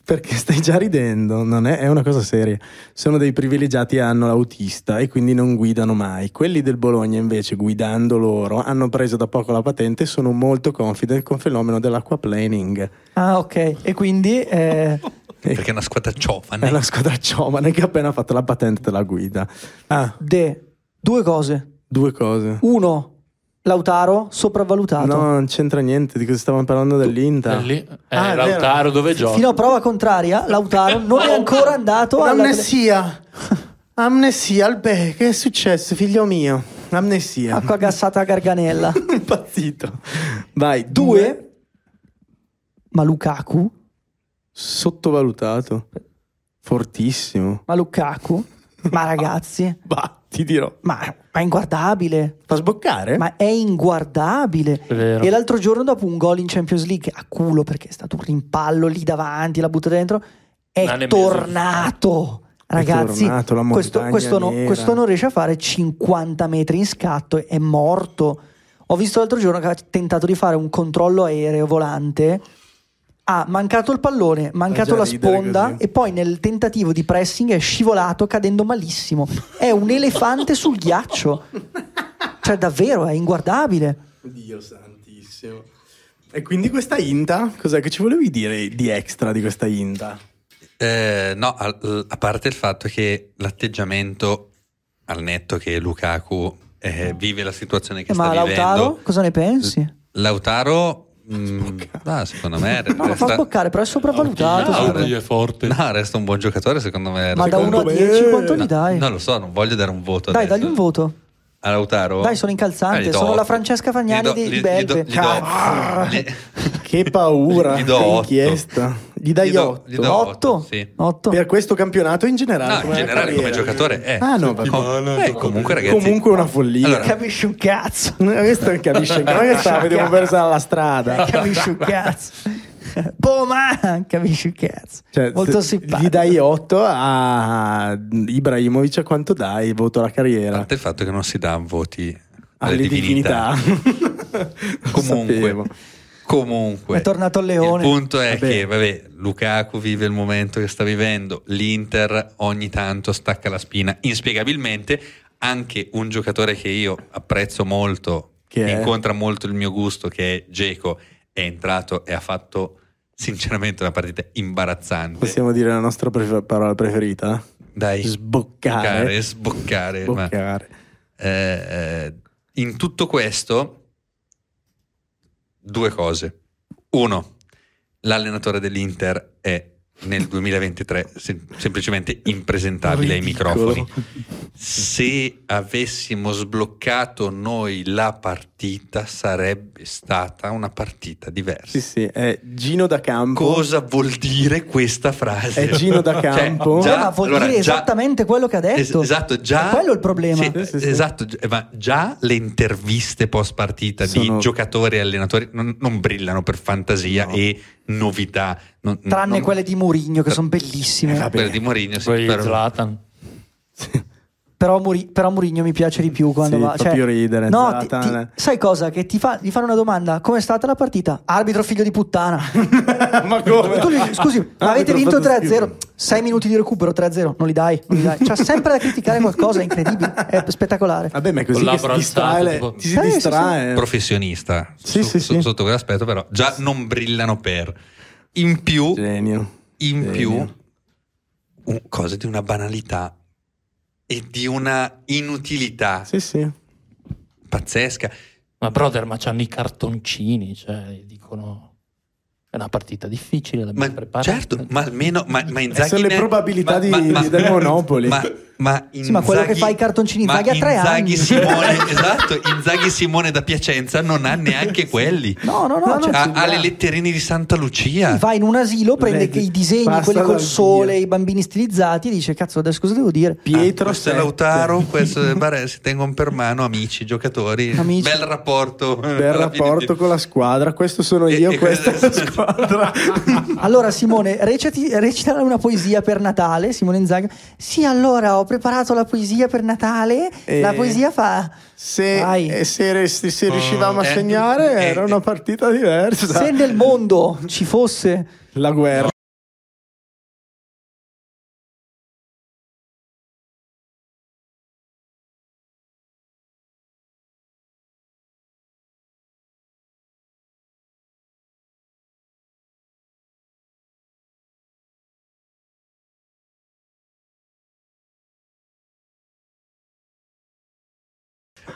Perché stai già ridendo, non è, è una cosa seria. Sono dei privilegiati e hanno l'autista e quindi non guidano mai. Quelli del Bologna invece, guidando loro, hanno preso da poco la patente e sono molto confident con il fenomeno dell'acquaplaning.
Ah, ok. E quindi. eh,
Perché è una squadra
È
giovane.
una squadra giovane che ha appena fatto la patente della guida. Ah,
De, due cose.
due cose.
Uno, Lautaro sopravvalutato.
No, non c'entra niente di cosa stavamo parlando dell'Inter.
Eh, lì- eh,
Ah, è vero.
Lautaro dove gioca?
Fino a prova contraria, Lautaro non è ancora andato alla...
Amnesia. Amnesia, Albe, che è successo, figlio mio? Amnesia.
acqua gassata a Garganella.
Impazzito. Vai, due.
Due, ma Lukaku,
Sottovalutato. Fortissimo.
ma Lukaku, ma ragazzi,
Bah, ti dirò.
ma, ma è inguardabile,
Fa sboccare?
ma è inguardabile.
È vero.
E l'altro giorno dopo un gol in Champions League, a culo perché è stato un rimpallo lì davanti, la butta dentro,
Un anno
è
e mezzo.
tornato. Ragazzi,
tornato, la
questo,
montagna
questo no-
nera.
questo non riesce a fare 50 metri in scatto, è morto. Ho visto l'altro giorno che ha tentato di fare un controllo aereo volante. Ha mancato il pallone, mancato
già
la
ridere
sponda
così.
e poi nel tentativo di pressing è scivolato cadendo malissimo. È un elefante sul ghiaccio. Cioè davvero è inguardabile.
Dio santissimo. E quindi questa Inta, cos'è che ci volevi dire di extra di questa Inta?
Eh, no, al- a parte il fatto che l'atteggiamento al netto che Lukaku eh, vive la situazione che
Eh,
sta
ma Lautaro
vivendo.
cosa ne pensi?
Lautaro, mh,
Sboccare.
ah, secondo me,
No, lo fa
resta-
sboccare, però è sopravvalutato.
No,
secondo me.
dai,
Lautaro è forte.
no, resta un buon giocatore. Secondo me,
Ma da 1
Secondo-
a
me-
10 quanto
No,
gli dai?
Non lo so, non voglio dare un voto.
Dai,
adesso.
dagli un voto.
A Lautaro?
Dai, sono incalzante,
Ah, gli do
sono la
otto.
Francesca Fagnani
Gli do-
di-
gli-
di Belve.
Gli do, gli do-
Cazzo.
gli-
Che paura,
Gli do
che
otto.
inchiesta. Gli dai
Gli do-
otto.
gli do- otto,
8?
sì.
8.
Per questo campionato in generale.
No, in
la
generale come
carriera.
giocatore è.
Ah, no, vabbè.
Com- eh, comunque ragazzi,
Comunque una follia.
Allora-
Capisci un cazzo.
Questo non capisce ancora che sta, vediamo persa alla strada.
Capisci un cazzo. Boma, capisci un cazzo.
Cioè,
Molto
se
simpatico.
Gli dai 8 a Ibrahimovic, a quanto dai? Voto alla
a
carriera.
parte il fatto che non si dà voti alle,
Alle divinità. Lo
Comunque,
sapevo.
comunque,
È tornato il leone.
Il punto è
Vabbè.
che, vabbè, Lukaku vive il momento che sta vivendo. L'Inter ogni tanto stacca la spina, inspiegabilmente. Anche un giocatore che io apprezzo molto,
Che
che,
è?
incontra molto il mio gusto, che è Geco, è entrato e ha fatto sinceramente una partita imbarazzante.
Possiamo dire la nostra prefer- parola preferita?
Dai,
Sboccare.
sboccare, ma-
Sboccare.
Eh, eh, in tutto questo, due cose. Uno, l'allenatore dell'Inter è nel 2023 sem- semplicemente impresentabile
Ridicolo.
ai microfoni. Se avessimo sbloccato noi la partita, sarebbe stata una partita diversa.
Sì, sì, è Gino da campo.
Cosa vuol dire questa frase?
È Gino da
Cioè,
campo.
già-
Eh, ma vuol
allora,
dire
già-
esattamente quello che ha
Es-
detto.
esatto, già.
È quello il problema.
Sì,
Sì, sì, sì.
Esatto, gi- ma già le interviste post partita
Sono-
di giocatori e allenatori non, non brillano per fantasia
No.
e novità. Non-
Tranne
non-
quelle di Mourinho che sono bellissime.
Eh, vabbè.
quelle di Mourinho, sì,
Poi
però-
Zlatan.
Però, Muri- però Mourinho mi piace di più quando
Sì,
va.
fa
cioè-
più ridere,
No,
Zlatan. eh.
ti- ti- sai cosa? Che ti fa, gli fanno una domanda: com'è stata la partita? Arbitro figlio di puttana.
Ma come?
Tu gli- scusi, ma
Ah,
avete
mi
vinto
sono fatto
3-0. 6 minuti di recupero 3-0, non li dai, non li dai. C'ha sempre da criticare qualcosa, è incredibile, è spettacolare. Eh,
Vabbè, ma è così
Con
che si
labbra
distrae,
alzate,
le-
tipo-
ti si
Sì, sì,
distrae.
professionista
Sì, sì, sì.
sotto quell'aspetto, però già non brillano per. In più,
Genio.
in
Genio.
più un- cose di una banalità e di una inutilità
Sì, sì.
pazzesca.
Ma brother, ma c'hanno i cartoncini, cioè dicono è una partita difficile, l'abbiamo
Ma
preparata.
certo, ma almeno ma, ma Inzaghi
sono le
ne-
probabilità di- del Monopoli.
Ma Ma Inzaghi,
Sì, ma quello che fa i cartoncini
ma
Inzaghi a tre
Inzaghi
anni.
Simone, esatto, Inzaghi Simone da Piacenza non ha neanche quelli.
No, no, no.
No, Ah,
cioè,
ha,
sì,
ha
no.
le letterine di Santa Lucia.
va in un asilo, prende
Vedi,
i disegni,
passa
quelli
dal
col
via.
sole, i bambini stilizzati, e dice: Cazzo, adesso cosa devo dire?
Pietro
Ah, questo è
Sette.
Lautaro, questo è Barè, si tengono per mano amici, giocatori,
Amici.
bel rapporto.
Bel rapporto con la squadra, questo sono
E-
io,
e
questa è la
questo-
squadra.
Allora, Simone, reciti, recita una poesia per Natale. Simone Inzaghi. Sì, allora ho preparato la poesia per Natale.
Eh.
La poesia fa. Vai.
Se, eh, se resti- se riuscivamo a
Eh,
segnare
eh,
era una partita diversa.
Se nel mondo ci fosse.
La guerra.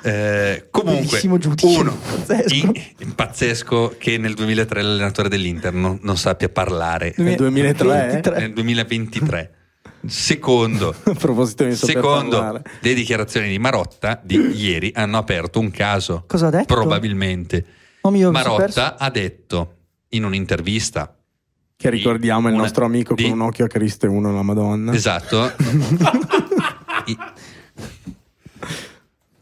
Eh, comunque,
Bellissimo giudice.
uno
Pazzesco.
in- in pazzesco che nel 2003 l'allenatore dell'Inter non, non sappia parlare.
Nel 2003, eh?
23.
Nel 2023. Secondo,
a proposito di saper
secondo
parlare.
le dichiarazioni di Marotta di ieri hanno aperto un caso.
Cosa ha detto?
Probabilmente.
Oh mio, mi sono perso.
Marotta ha detto in un'intervista
che ricordiamo è il
Una-
nostro amico
di-
con un occhio a Cristo e uno alla Madonna.
Esatto. I-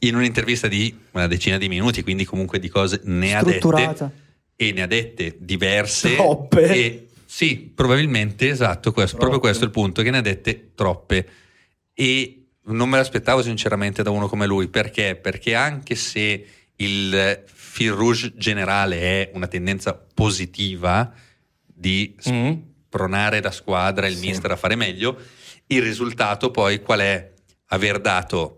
In un'intervista di una decina di minuti, quindi comunque di cose ne ha
Strutturata.
dette e ne ha dette diverse.
Troppe.
E, sì, probabilmente, esatto, questo- proprio questo è il punto, che ne ha dette troppe. E non me l'aspettavo sinceramente da uno come lui, perché? Perché anche se il fil rouge generale è una tendenza positiva di
Mm.
pronare la squadra, il mister a fare meglio. Il risultato poi qual è? Aver dato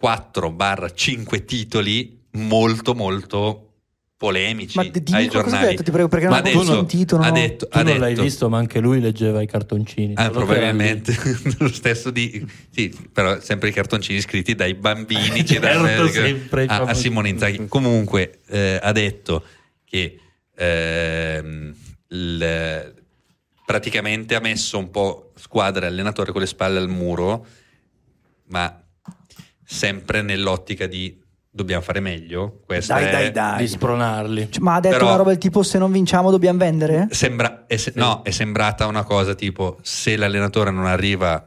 4-5 titoli molto molto polemici
Ma d- dimmi
ai
cosa
giornali.
ha detto, ti prego, perché non
Ma
ho
ha detto-
sentito, non
ha
ho-
detto,
Tu
ha
non l'hai
detto-
visto, ma anche lui leggeva i cartoncini.
Ah,
solo che era
probabilmente lo stesso di sì, però sempre i cartoncini scritti dai bambini che
Certo,
danno-
sempre i
a, a
famosi.
Simone Inzaghi. Comunque eh, ha detto che ehm, il- praticamente ha messo un po' squadra e allenatore con le spalle al muro, ma sempre nell'ottica di dobbiamo fare meglio. Questo
Dai,
è-
dai,
lì,
dai.
Di spronarli.
Cioè, ma ha detto
Però-
una roba del tipo: Se non vinciamo, dobbiamo vendere?
Sembra, è se- no, è sembrata una cosa tipo se l'allenatore non arriva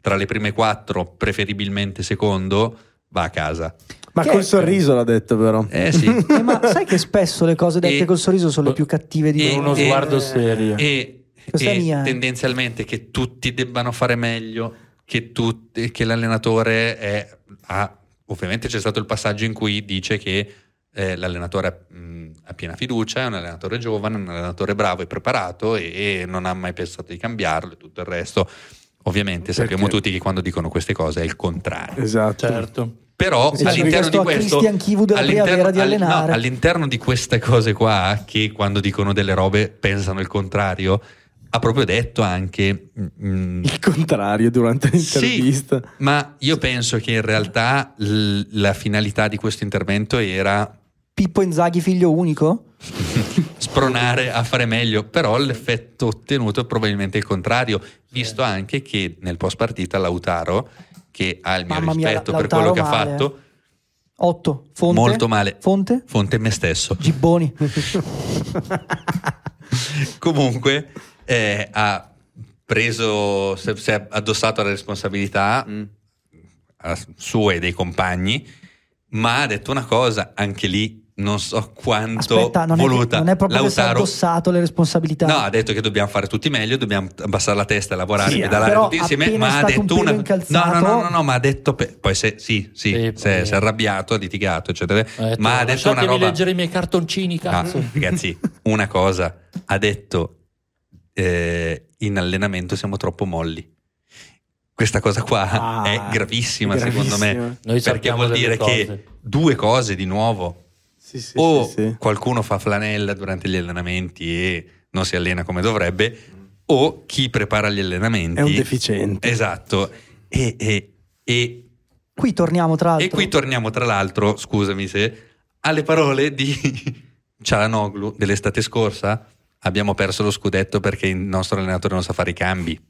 tra le prime quattro, preferibilmente secondo, va a casa.
Ma
Che-
col sorriso l'ha detto, però.
Eh sì.
Eh, ma sai che spesso le cose dette
E-
col sorriso sono le più cattive di
e-
Con uno
e-
sguardo serio.
e
Questa
e
è mia, eh.
tendenzialmente che tutti debbano fare meglio, che, tutti, che l'allenatore è... ha- ovviamente c'è stato il passaggio in cui dice che eh, l'allenatore mh, ha piena fiducia, è un allenatore giovane, è un allenatore bravo e preparato e, e non ha mai pensato di cambiarlo e tutto il resto. Ovviamente sappiamo
Perché-
tutti che quando dicono queste cose è il contrario.
Esatto.
Certo.
Però
Esatto.
all'interno di
Questo a
questo
Christian Kivu della primavera di
all- no,
allenare.
all'interno di queste cose qua che quando dicono delle robe pensano il contrario, ha proprio detto anche mm,
Il contrario durante l'intervista.
ma io penso che in realtà l- la finalità di questo intervento era
Pippo Inzaghi, figlio unico?
spronare a fare meglio, però l'effetto ottenuto è probabilmente il contrario, visto anche che nel post partita Lautaro, che ha il mio
Mamma mia,
rispetto per
Lautaro
quello che
male, eh.
ha fatto,
8. Fonte.
molto male.
Fonte?
Fonte me stesso.
Gibboni.
Comunque eh, ha preso, si è- si è addossato la responsabilità
Mm.
a- sua e dei compagni, ma ha detto una cosa anche lì. Non so quanto
Aspetta, non è,
voluta.
non è proprio che si è
Lautaro
addossato le responsabilità.
No, ha detto che dobbiamo fare tutti meglio, dobbiamo abbassare la testa, lavorare,
Sì,
pedalare
però
tutti insieme.
appena è
Ma ha
stato un
detto
pelo
una.
incalzato-
No, no, no, no, no, ma ha detto. pe- Poi se, sì, sì,
Sì,
se-
poi-
si è arrabbiato, ha litigato, eccetera.
Ha detto,
ma ha detto una
"Lasciatemi
roba.
leggere i miei cartoncini,
Ah,
cazzo.
ragazzi, una cosa ha detto eh, in allenamento siamo troppo molli. Questa cosa qua
Ah,
è gravissima, secondo
gravissima.
me.
Noi
perché
saltiamo
vuol
delle
dire che
cose.
due cose di nuovo
Sì, sì,
o
sì, sì.
qualcuno fa flanella durante gli allenamenti e non si allena come dovrebbe, o chi prepara gli allenamenti
È un deficiente.
Esatto. E, e- e-
Qui torniamo tra l'altro.
e qui torniamo, tra l'altro, scusami se, alle parole di Cialanoglu dell'estate scorsa. Abbiamo perso lo scudetto perché il nostro allenatore non sa fare i cambi.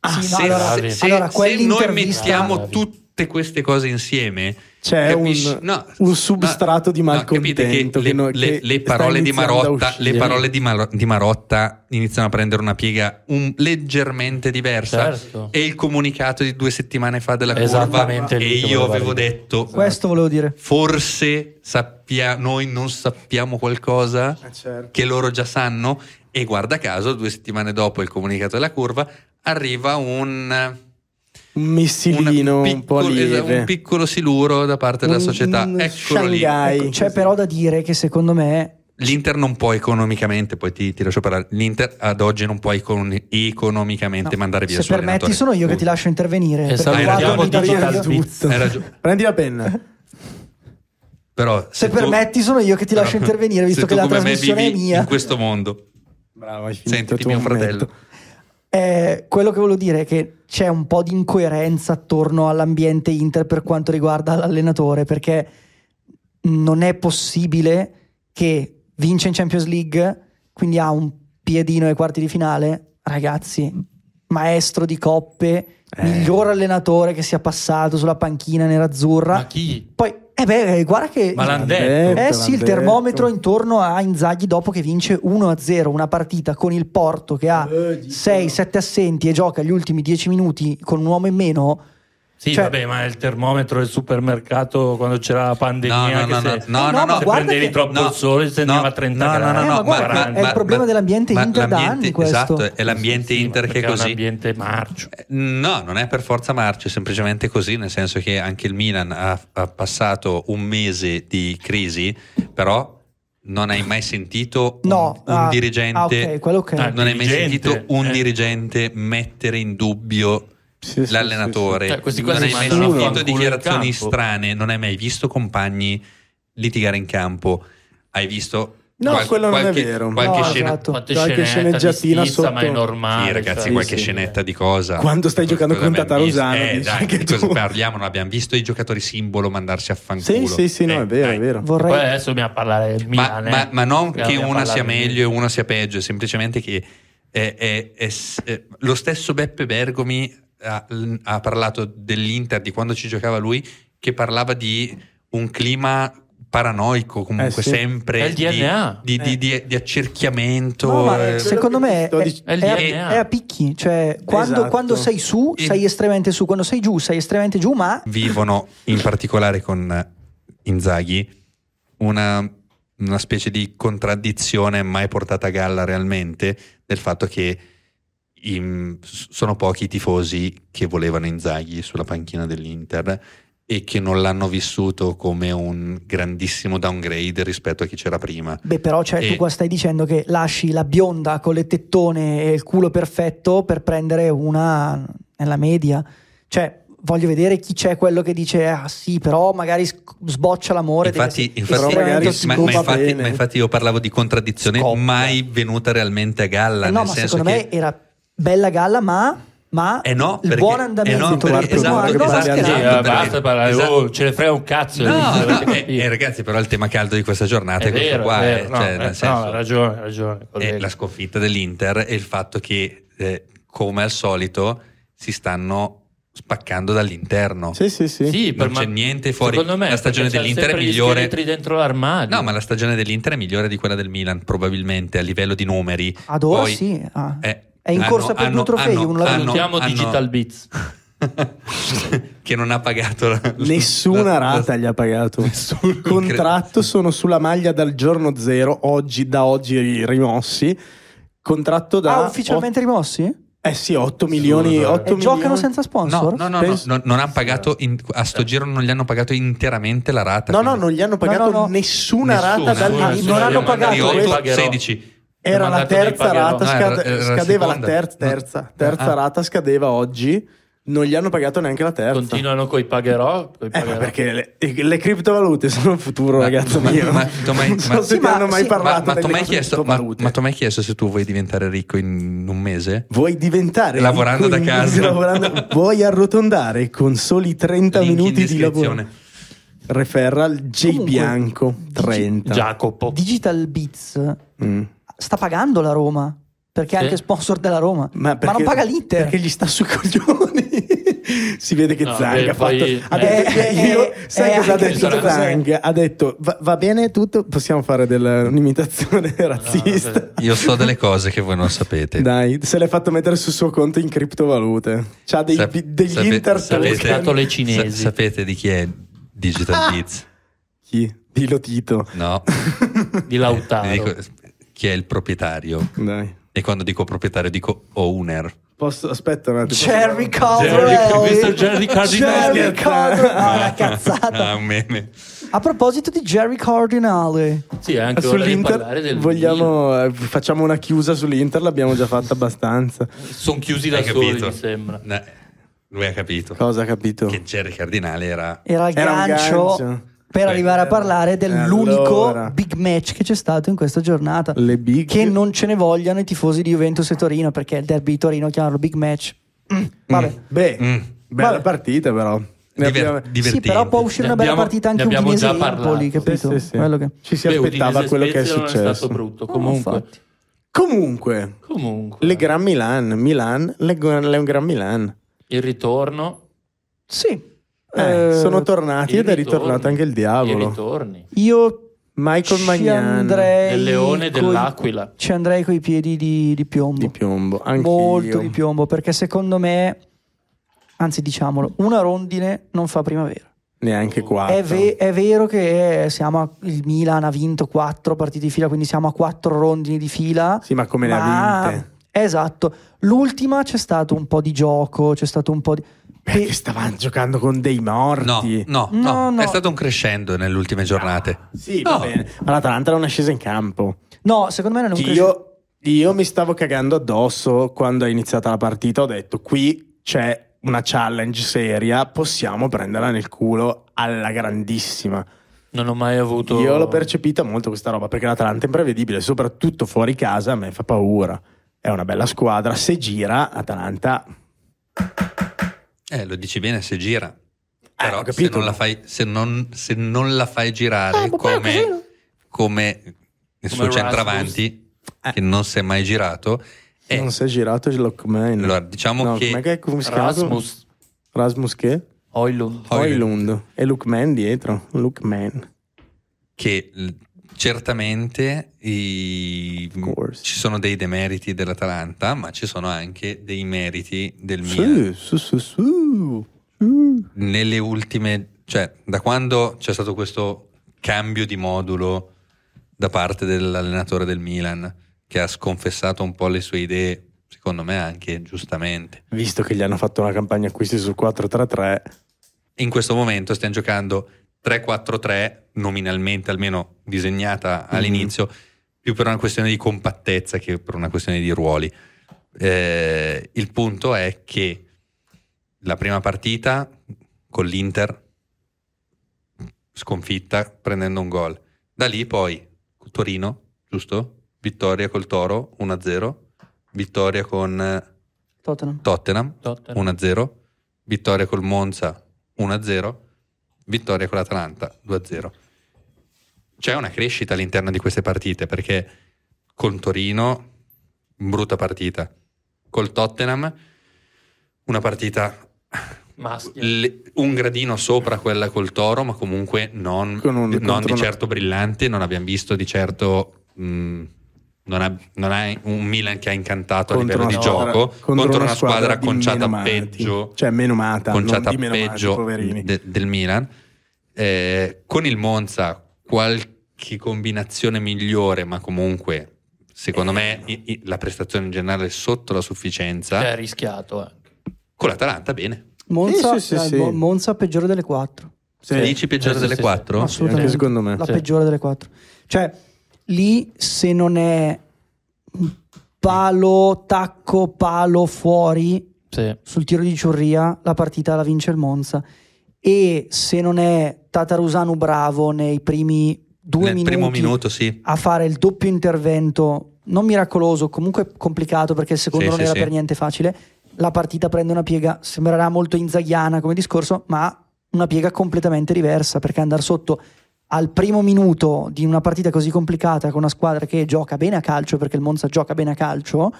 Ah, Sì, no,
Ah, se,
allora-
se- se-
allora,
se noi
quell'intervista-
mettiamo tutte queste cose insieme,
C'è
capisci?
Cioè, un,
No,
un substrato di
no, capite
malcontento.
che le,
che no- che
le- le
sta
parole di
iniziando a
Marotta, le
uscire.
parole di, Malo- di Marotta iniziano a prendere una piega un- leggermente diversa.
Certo.
E il comunicato di due settimane fa della curva,
Esattamente
e
lì che
io
volevo
avevo
arrivare.
detto:
Questo volevo dire.
forse sappia- noi non sappiamo qualcosa
Eh, certo.
che loro già sanno e guarda caso due settimane dopo il comunicato della curva arriva un,
Un
un
missilino un, po'
piccolo-
lieve.
un piccolo siluro da parte della
Un-
società
un
eccolo lì
Shanghai.
Ecco, c'è
così.
però da dire che secondo me
l'Inter non può economicamente poi ti, ti lascio parlare l'Inter ad oggi non può econ- economicamente
no,
mandare via il
se
suo
permetti
allenatore.
sono io che ti
Punto. Esatto.
lascio intervenire. perché
salutiamo
vado in
Digital
Italia.
Svizzera.
tutto.
Hai ragione.
Prendi la penna.
però
Se
tu-
permetti sono io che ti lascio
però-
intervenire visto
se
che
tu
la
come me
trasmissione è
vivi
mia.
in questo mondo
Bravo, hai finito
sentiti
il tuo
mio
momento.
fratello
Eh, quello che volevo dire è che c'è un po' di incoerenza attorno all'ambiente Inter per quanto riguarda l'allenatore, perché non è possibile che vince in Champions League, quindi ha un piedino ai quarti di finale, ragazzi, maestro di coppe,
Eh.
miglior allenatore che sia passato sulla panchina nerazzurra.
Ma chi?
Poi, eh beh, guarda che...
Ma l'han detto.
Eh sì, il
l'han
termometro
detto.
intorno a Inzaghi dopo che vince 1-0 una partita con il Porto che ha
Eh, dicono.
6-7 assenti e gioca gli ultimi 10 minuti con un uomo in meno.
Sì,
Cioè-
vabbè, ma il termometro del supermercato quando c'era la pandemia. che se-
no, no,
se
guarda
prendevi
che-
troppo
no,
il sole si andava a 30
no, no,
gradi.
no,
Eh,
no,
ma guarda che è il problema dell'ambiente Inter da
l'ambiente-
anni, questo.
Esatto, è l'ambiente
Sì, ma
Inter che è
perché un
così.
ambiente marcio.
Eh, No, non è per forza marcio, è semplicemente così, nel senso che anche il Milan ha, ha passato un mese di crisi, però non hai mai sentito un,
No,
un
ah,
dirigente,
ah, ok, quello ok.
Ah,
non hai mai
dirigente,
sentito un
eh.
dirigente mettere in dubbio
Sì, sì,
sì,
l'allenatore.
sì. Cioè, questi qua
non
si
hai mai
mandano a
sentito
fanculo in
dichiarazioni
campo.
strane, non hai mai visto compagni litigare in campo, hai visto
No, quello non è vero.
qualche
No,
scena
esatto.
Quante
Qualche
scenette di
sceneggiatina
schizza, ma è
sotto.
normale.
sì, ragazzi,
cioè,
qualche
sì.
scenetta di cosa.
Quando stai giocando
Cosa
con
abbiamo visto?
Tatarusano,
Eh,
dici
dai,
anche
di cosa
tu.
parliamo? Non abbiamo visto i giocatori simbolo mandarsi a
Sì,
fanculo.
sì, sì, no,
Eh,
è vero, è
dai.
vero.
Poi
Vorrei...
adesso dobbiamo parlare del
Ma,
Milan. eh.
ma- ma non
Dobbiamo
che una sia
parlare del
meglio e una sia peggio, è semplicemente che è- è- è s- eh, lo stesso Beppe Bergomi ha, ha parlato dell'Inter, di quando ci giocava lui, che parlava di un clima paranoico comunque
Eh, sì.
sempre
È il
di-
DNA.
di, di- di- di accerchiamento
No, ma
eh,
secondo me è,
Quello che ti sto
è
dicendo.
a,
È il DNA.
è a picchi, cioè quando,
Esatto.
quando sei su
E-
sei estremamente su, quando sei giù sei estremamente giù, ma
vivono in particolare con Inzaghi una, una specie di contraddizione mai portata a galla realmente del fatto che im- sono pochi i tifosi che volevano Inzaghi sulla panchina dell'Inter e che non l'hanno vissuto come un grandissimo downgrade rispetto a chi c'era prima.
Beh, però, cioè,
E-
tu qua stai dicendo che lasci la bionda con le tettone e il culo perfetto per prendere una nella media. Cioè, voglio vedere chi c'è quello che dice: Ah, sì, però magari sc- sboccia l'amore. deve
Infatti,
essere
infatti-
Però magari
estremamente
si
ma, ma
copa
psicopa-
infatti,
bene.
ma infatti io parlavo di contraddizione
Scoppia.
mai venuta realmente a galla,
Eh no,
nel
ma
senso
secondo
che
me era bella galla, ma, ma
Eh no,
il
perché-
buon
eh no,
andamento
perché-
continuo
esatto,
anche
esatto,
mascherato.
Sì,
Esatto,
eh, basta
perché-
parlare,
esatto.
oh, ce ne frega un cazzo.
No,
dovete
no, eh,
capire.
eh, ragazzi, però il tema caldo di questa giornata è,
è
questo
vero,
qua.
è vero,
eh,
no,
cioè,
eh,
nel
no,
senso,
ha ragione, ha ragione.
eh,
collega.
la sconfitta dell'Inter e il fatto che, eh, come al solito, si stanno spaccando dall'interno.
Sì, sì, sì.
Sì,
non
per-
c'è
ma-
niente fuori.
Secondo me,
La stagione
perché c'è
dell'Inter è
sempre gli
migliore.
scheletri dentro l'armadio.
No, ma la stagione dell'Inter è migliore di quella del Milan, probabilmente a livello di numeri.
Ad ora
Poi,
sì. ah.
eh,
È in
hanno-
corsa per
hanno-
due trofei,
hanno-
uno l'ha
hanno-
Salutiamo
hanno-
Digital
Eh,
Beats.
che non ha pagato la-
Nessuna
la- la-
rata gli ha pagato. Il contratto sono sulla maglia dal giorno zero, oggi, da oggi ri- rimossi. Contratto da...
Ah, ufficialmente rimossi?
ot- eh sì, 8 milioni.
Assurdo.
8
E giocano
milioni.
senza
No,
sponsor?
no, no,
Penso-
no, no, non hanno pagato in- a sto giro non gli hanno pagato interamente la rata.
No, no,
quindi-
non gli hanno pagato
no, no.
nessuna,
Nessuna,
rata dal
nessuna,
ah,
nessuna,
Non
gli
hanno
hanno
pagato
pagati
io
questo.
pagherò.
8, 16.
Era la
mandato dei
terza
pagherò.
rata,
No,
scade-
era- era la
scadeva la
seconda.
ter-
No.
terza, terza
Ah.
rata scadeva oggi, non gli hanno pagato neanche la terza.
Continuano coi pagherò. Coi
Eh, ma
pagherò.
perché le, le criptovalute sono il futuro,
Ma-
ragazzo
ma-
mio.
ma- tu mai-
non so
ma-
se
Sì,
ti
ma-
hanno mai
sì.
Ma,
parlato
ma tu
delle
mai chiesto, ma,
criptovalute.
ma tu mai chiesto se tu vuoi diventare ricco in un mese?
Vuoi diventare
Lavorando
ricco
da
in-
casa.
lavorando- vuoi arrotondare con soli 30
Link in
minuti di
descrizione.
lavoro. Referral J
Comunque,
Bianco
dici-
30.
Jacopo.
Digital Beats
Mm.
sta pagando la Roma perché è
Sì.
anche sponsor della Roma, ma,
perché-
non paga l'Inter.
Perché gli sta sui coglioni. si vede che
No,
Zang
beh,
ha fatto.
poi-
ha detto-
eh,
io-
eh,
sai
eh,
cosa ha
anche
detto
sarà-
Zang? Ha detto va, va bene tutto, possiamo fare della- un'imitazione razzista.
Io so delle cose che voi non sapete.
Dai, se l'è fatto mettere sul suo conto in criptovalute. C'ha dei,
Sap-
degli
sape-
Inter
sapete-
Scatole cinesi.
sa- sapete di chi è
Ah!
Digital Beats?
Chi? Dillo Tito.
No.
di Lautaro.
Vi dico chi è il proprietario.
Dai.
E quando dico proprietario dico owner.
Posso, aspetta un attimo.
Jerry Caldwell,
Jerry- questo è Jerry Cardinale.
Jerry Caldwell,
Ah,
no, una cazzata.
Ah, un meme.
A proposito di Jerry Cardinale,
Sì, è anche ora di parlare del
Sull'Inter vogliamo, eh, facciamo una chiusa sull'Inter, l'abbiamo già fatta abbastanza.
Sono chiusi da
Hai
soli,
capito?
mi sembra.
No, lui ha capito
Cosa ha capito?
che Jerry Cardinale era...
era il
Era un
gancio,
gancio.
per
Eh,
arrivare a parlare dell'unico
allora.
big match che c'è stato in questa giornata.
Le big...
Che non ce ne vogliano i tifosi di Juventus e Torino, perché il derby di Torino chiamarlo big match. Mm, Vabbè.
Beh,
Mm.
bella
Vabbè.
partita però. Ne
Diver-
abbiamo-
Sì,
divertente.
però può uscire
Ne
una bella
abbiamo-
partita anche
ne abbiamo
Udinese
già
e Empoli,
parlato.
capito?
Sì, sì, sì.
Quello che-
Ci si
Beh,
aspettava
Udinese
quello che è
Spezia Non è stato
successo.
brutto. Eh. Comunque,
infatti.
Comunque,
comunque
le Gran Milan, Milan, le, le Gran Milan.
il ritorno.
Sì.
Eh,
Eh,
sono tornati
il
ed Ah, è
ritorno,
ritornato anche il
I
diavolo.
ritorni.
Io
Michael
ci
Magnan
andrei
Del leone,
ecco
coi-
dell'aquila.
Ci andrei coi piedi di, di piombo.
di piombo, anch'io.
Molto di piombo, perché secondo me, anzi diciamolo, una rondine non fa primavera.
Neanche qua.
È, ve- è vero che eh, siamo a- il Milan ha vinto quattro partite di fila, quindi siamo a quattro rondini di fila.
Sì, ma come le
ma-
ha vinte?
Esatto. L'ultima c'è stato un po' di gioco, c'è stato un po' di...
Perché stavano giocando con dei
No,
morti.
no,
No,
no,
no.
È stato un crescendo nelle ultime giornate.
Sì, va
No.
bene. Ma l'Atalanta non è scesa in campo.
No, secondo me non è un
Sì,
crescendo.
io, io mi stavo cagando addosso quando è iniziata la partita. Ho detto: qui c'è una challenge seria, possiamo prenderla nel culo alla grandissima.
Non ho mai avuto.
Io l'ho percepita molto questa roba perché l'Atalanta è imprevedibile, soprattutto fuori casa. A me fa paura. È una bella squadra. Se gira, Atalanta.
Eh, lo dici bene, se gira.
Eh, ho
Però se,
capito.
non la fai, se, non, se non la fai
Ah, boh,
girare
Eh,
come, come il suo
Rasmus.
centravanti, che non si è mai girato, eh,
Non si è girato Lockman.
allora diciamo
No,
che
com'è è- come si chiama?
Rasmus
Rasmus che?
Oilund.
Hoylund e Lookman dietro. Lookman.
che l- certamente i-
Of course.
ci sono dei demeriti dell'Atalanta, ma ci sono anche dei meriti del Milan.
Su, su, su, su. Su.
Nelle ultime, cioè da quando c'è stato questo cambio di modulo da parte dell'allenatore del Milan, che ha sconfessato un po' le sue idee, secondo me anche giustamente.
Visto che gli hanno fatto una campagna acquisti sul 4-3-3,
In questo momento stiamo giocando 3-4-3, nominalmente almeno disegnata all'inizio, più per una questione di compattezza che per una questione di ruoli. Eh, il punto è che la prima partita con l'Inter sconfitta prendendo un gol. Da lì poi Torino, giusto? Vittoria col Toro 1-0, vittoria con eh,
Tottenham.
Tottenham
Tottenham.
1-0, vittoria col Monza 1-0, vittoria con l'Atalanta 2-0. C'è una crescita all'interno di queste partite perché con Torino brutta partita, col Tottenham una partita
Maschio.
le- un gradino sopra quella col Toro, ma comunque non,
Con un-
non
contro
di
una-
certo brillante, non abbiamo visto di certo... mh, non ha, non ha un Milan che ha incantato a
contro una
livello di
squadra-
gioco contro, una, squadra,
di
conciata
meno mati.
peggio
Cioè, meno mata, non
conciata
di meno mati,
peggio
poverini.
de- del Milan. Eh, con il Monza qualche combinazione migliore, ma comunque secondo me i- i- la prestazione in generale è sotto la sufficienza.
Cioè, è rischiato. eh.
Con l'Atalanta bene.
Monza,
Sì, sì, sì,
dai,
sì.
Mo- Monza peggiore delle quattro.
Sì,
Dici peggiore
Sì, sì,
delle
sì,
quattro?
sì. assolutamente.
anche secondo me.
la
Sì.
peggiore delle quattro. Cioè, lì se non è palo, tacco, palo fuori
Sì.
sul tiro di Ciurria, la partita la vince il Monza. E se non è Tatarusanu bravo nei primi due
Nel
minuti
primo minuto sì.
a fare il doppio intervento, non miracoloso, comunque complicato perché il secondo
Sì,
non
sì,
era
sì.
per niente facile, la partita prende una piega, sembrerà molto inzaghiana come discorso, ma una piega completamente diversa perché andare sotto al primo minuto di una partita così complicata con una squadra che gioca bene a calcio, perché il Monza gioca bene a calcio,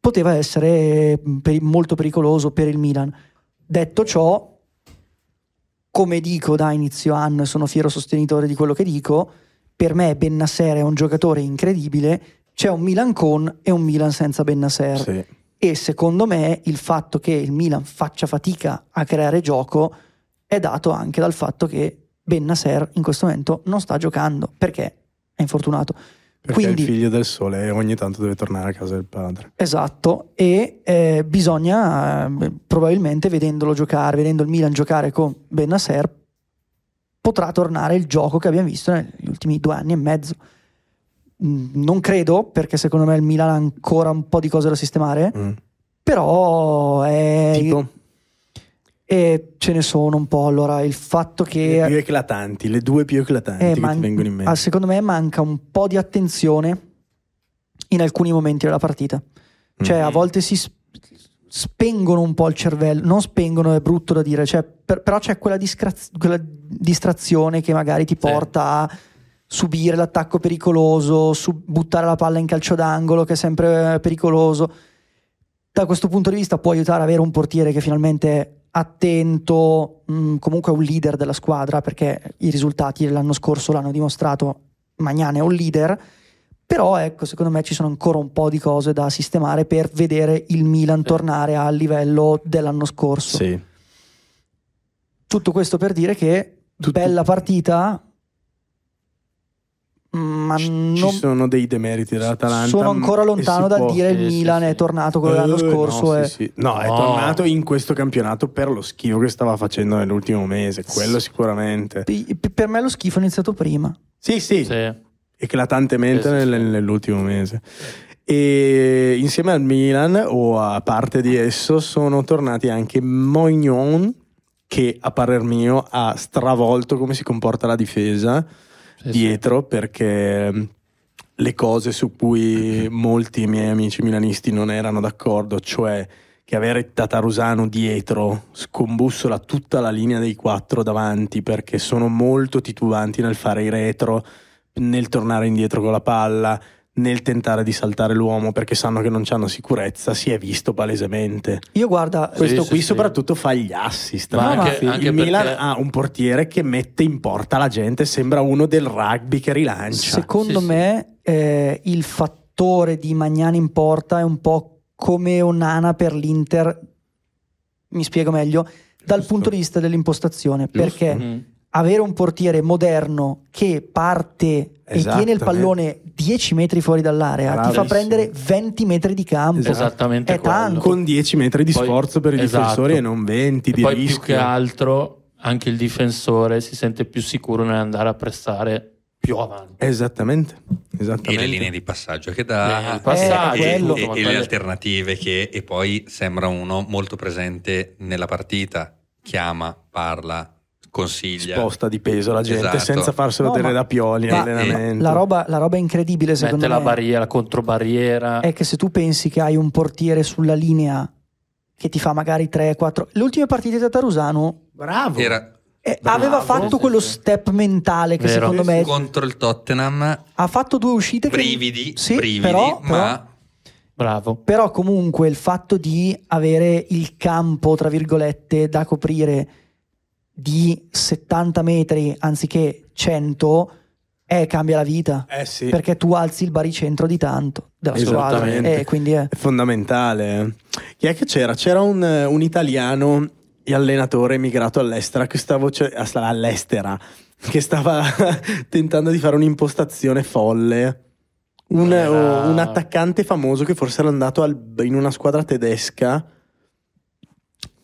poteva essere per- molto pericoloso per il Milan. Detto ciò, come dico da inizio anno e sono fiero sostenitore di quello che dico, per me Bennasser è un giocatore incredibile, c'è un Milan con e un Milan senza Bennasser.
Sì.
E secondo me il fatto che il Milan faccia fatica a creare gioco è dato anche dal fatto che Bennasser in questo momento non sta giocando perché è infortunato.
Perché
Quindi-
è il figlio del sole e ogni tanto deve tornare a casa del padre.
Esatto, e eh, bisogna eh, probabilmente vedendolo giocare, vedendo il Milan giocare con Benasser, potrà tornare il gioco che abbiamo visto negli ultimi due anni e mezzo. Mm, Non credo, perché secondo me il Milan ha ancora un po' di cose da sistemare,
Mm.
però è-
tipo,
e ce ne sono un po'. Allora, il fatto che
le più eclatanti, le due più eclatanti
eh,
che
man-
ti vengono in mente.
ah, secondo me manca un po' di attenzione in alcuni momenti della partita. Cioè,
Mm.
a volte si sp- spengono un po' il cervello. Non spengono, è brutto da dire, cioè, per- però c'è quella, discra- quella distrazione che magari ti porta a subire l'attacco pericoloso, su- buttare la palla in calcio d'angolo che è sempre eh, pericoloso. Da questo punto di vista può aiutare ad avere un portiere che finalmente è attento, mh, comunque è un leader della squadra perché i risultati l'anno scorso l'hanno dimostrato, Magnane è un leader, però ecco secondo me ci sono ancora un po' di cose da sistemare per vedere il Milan tornare al livello dell'anno scorso.
Sì.
Tutto questo per dire che
Tutto-
bella partita, mm, ma
Ci-
non
Ci sono dei demeriti dell'Atalanta.
sono ancora
e
lontano
si
dal
può-
dire il
sì, sì,
Milan è
sì.
tornato quello
Eh,
dell'anno scorso.
No,
e-
sì, sì. No, è
No.
tornato in questo campionato per lo schifo che stava facendo nell'ultimo mese, quello sicuramente.
P- p- Per me lo schifo è iniziato prima.
Sì, sì,
Sì.
eclatantemente
Sì, sì, sì.
nel- nell'ultimo mese. E insieme al Milan, o a parte di esso, sono tornati anche Moignon, che a parer mio ha stravolto come si comporta la difesa
Sì,
dietro perché mh, le cose su cui molti miei amici milanisti non erano d'accordo, cioè che avere Tatarusano dietro scombussola tutta la linea dei quattro davanti perché sono molto titubanti nel fare i retro, nel tornare indietro con la palla, nel tentare di saltare l'uomo perché sanno che non hanno sicurezza, si è visto palesemente.
Io guarda,
Sì,
Questo
sì,
qui
sì.
soprattutto fa gli assist.
Ma
ragazzi.
anche- anche
il
perché-
Milan ha un portiere che mette in porta la gente, sembra uno del rugby che rilancia.
secondo
Sì, sì.
me eh, il fattore di Magnani in porta è un po' come Onana per l'Inter. Mi spiego meglio dal
Giusto.
punto di vista dell'impostazione,
Giusto.
perché
Mm.
avere un portiere moderno che parte e tiene il
Esattamente.
pallone 10 metri fuori dall'area ti fa
Bravissimo.
prendere 20 metri di campo.
Esatto.
Esattamente
È
quello.
tanto.
Con 10 metri di
Poi-
sforzo per i
esatto.
difensori e non 20
E
di
poi
rischio.
più che altro anche il difensore si sente più sicuro nell'andare a pressare più avanti.
Esattamente.
E
esattamente.
le linee di passaggio che
Le linee
dà,
di Eh, passaggio,
e-
quello,
e,
ma
e le
quelle-
alternative che, e poi sembra uno molto presente nella partita, chiama, parla, consiglia.
Sposta di peso la gente
Esatto.
senza farselo
No,
vedere
ma-
da pioli in
ma-
allenamento.
La roba, la roba incredibile, secondo
Mette la
me.
barriera, la controbarriera.
è che se tu pensi che hai un portiere sulla linea che ti fa magari 3-4 le ultime partite di Tatarusano
Bravo.
Era
eh,
Bravo.
aveva fatto
Sì, sì,
quello
sì.
step mentale che
Vero.
secondo
Eh,
me
contro il Tottenham,
ha fatto due uscite che-
brividi,
Sì,
brividi,
però- però-
ma
Bravo.
però comunque il fatto di avere il campo tra virgolette da coprire di 70 metri anziché 100 eh, cambia la vita
Eh sì.
perché tu alzi il baricentro di tanto della squadra
Esattamente.
e quindi eh,
È fondamentale. eh. Chi è che c'era? C'era un, eh, un italiano e allenatore emigrato all'estera che stava, cioè, ah, stava all'estera che stava tentando di fare un'impostazione folle. Un, eh, oh,
Era-
un attaccante famoso che forse era andato al- in una squadra tedesca.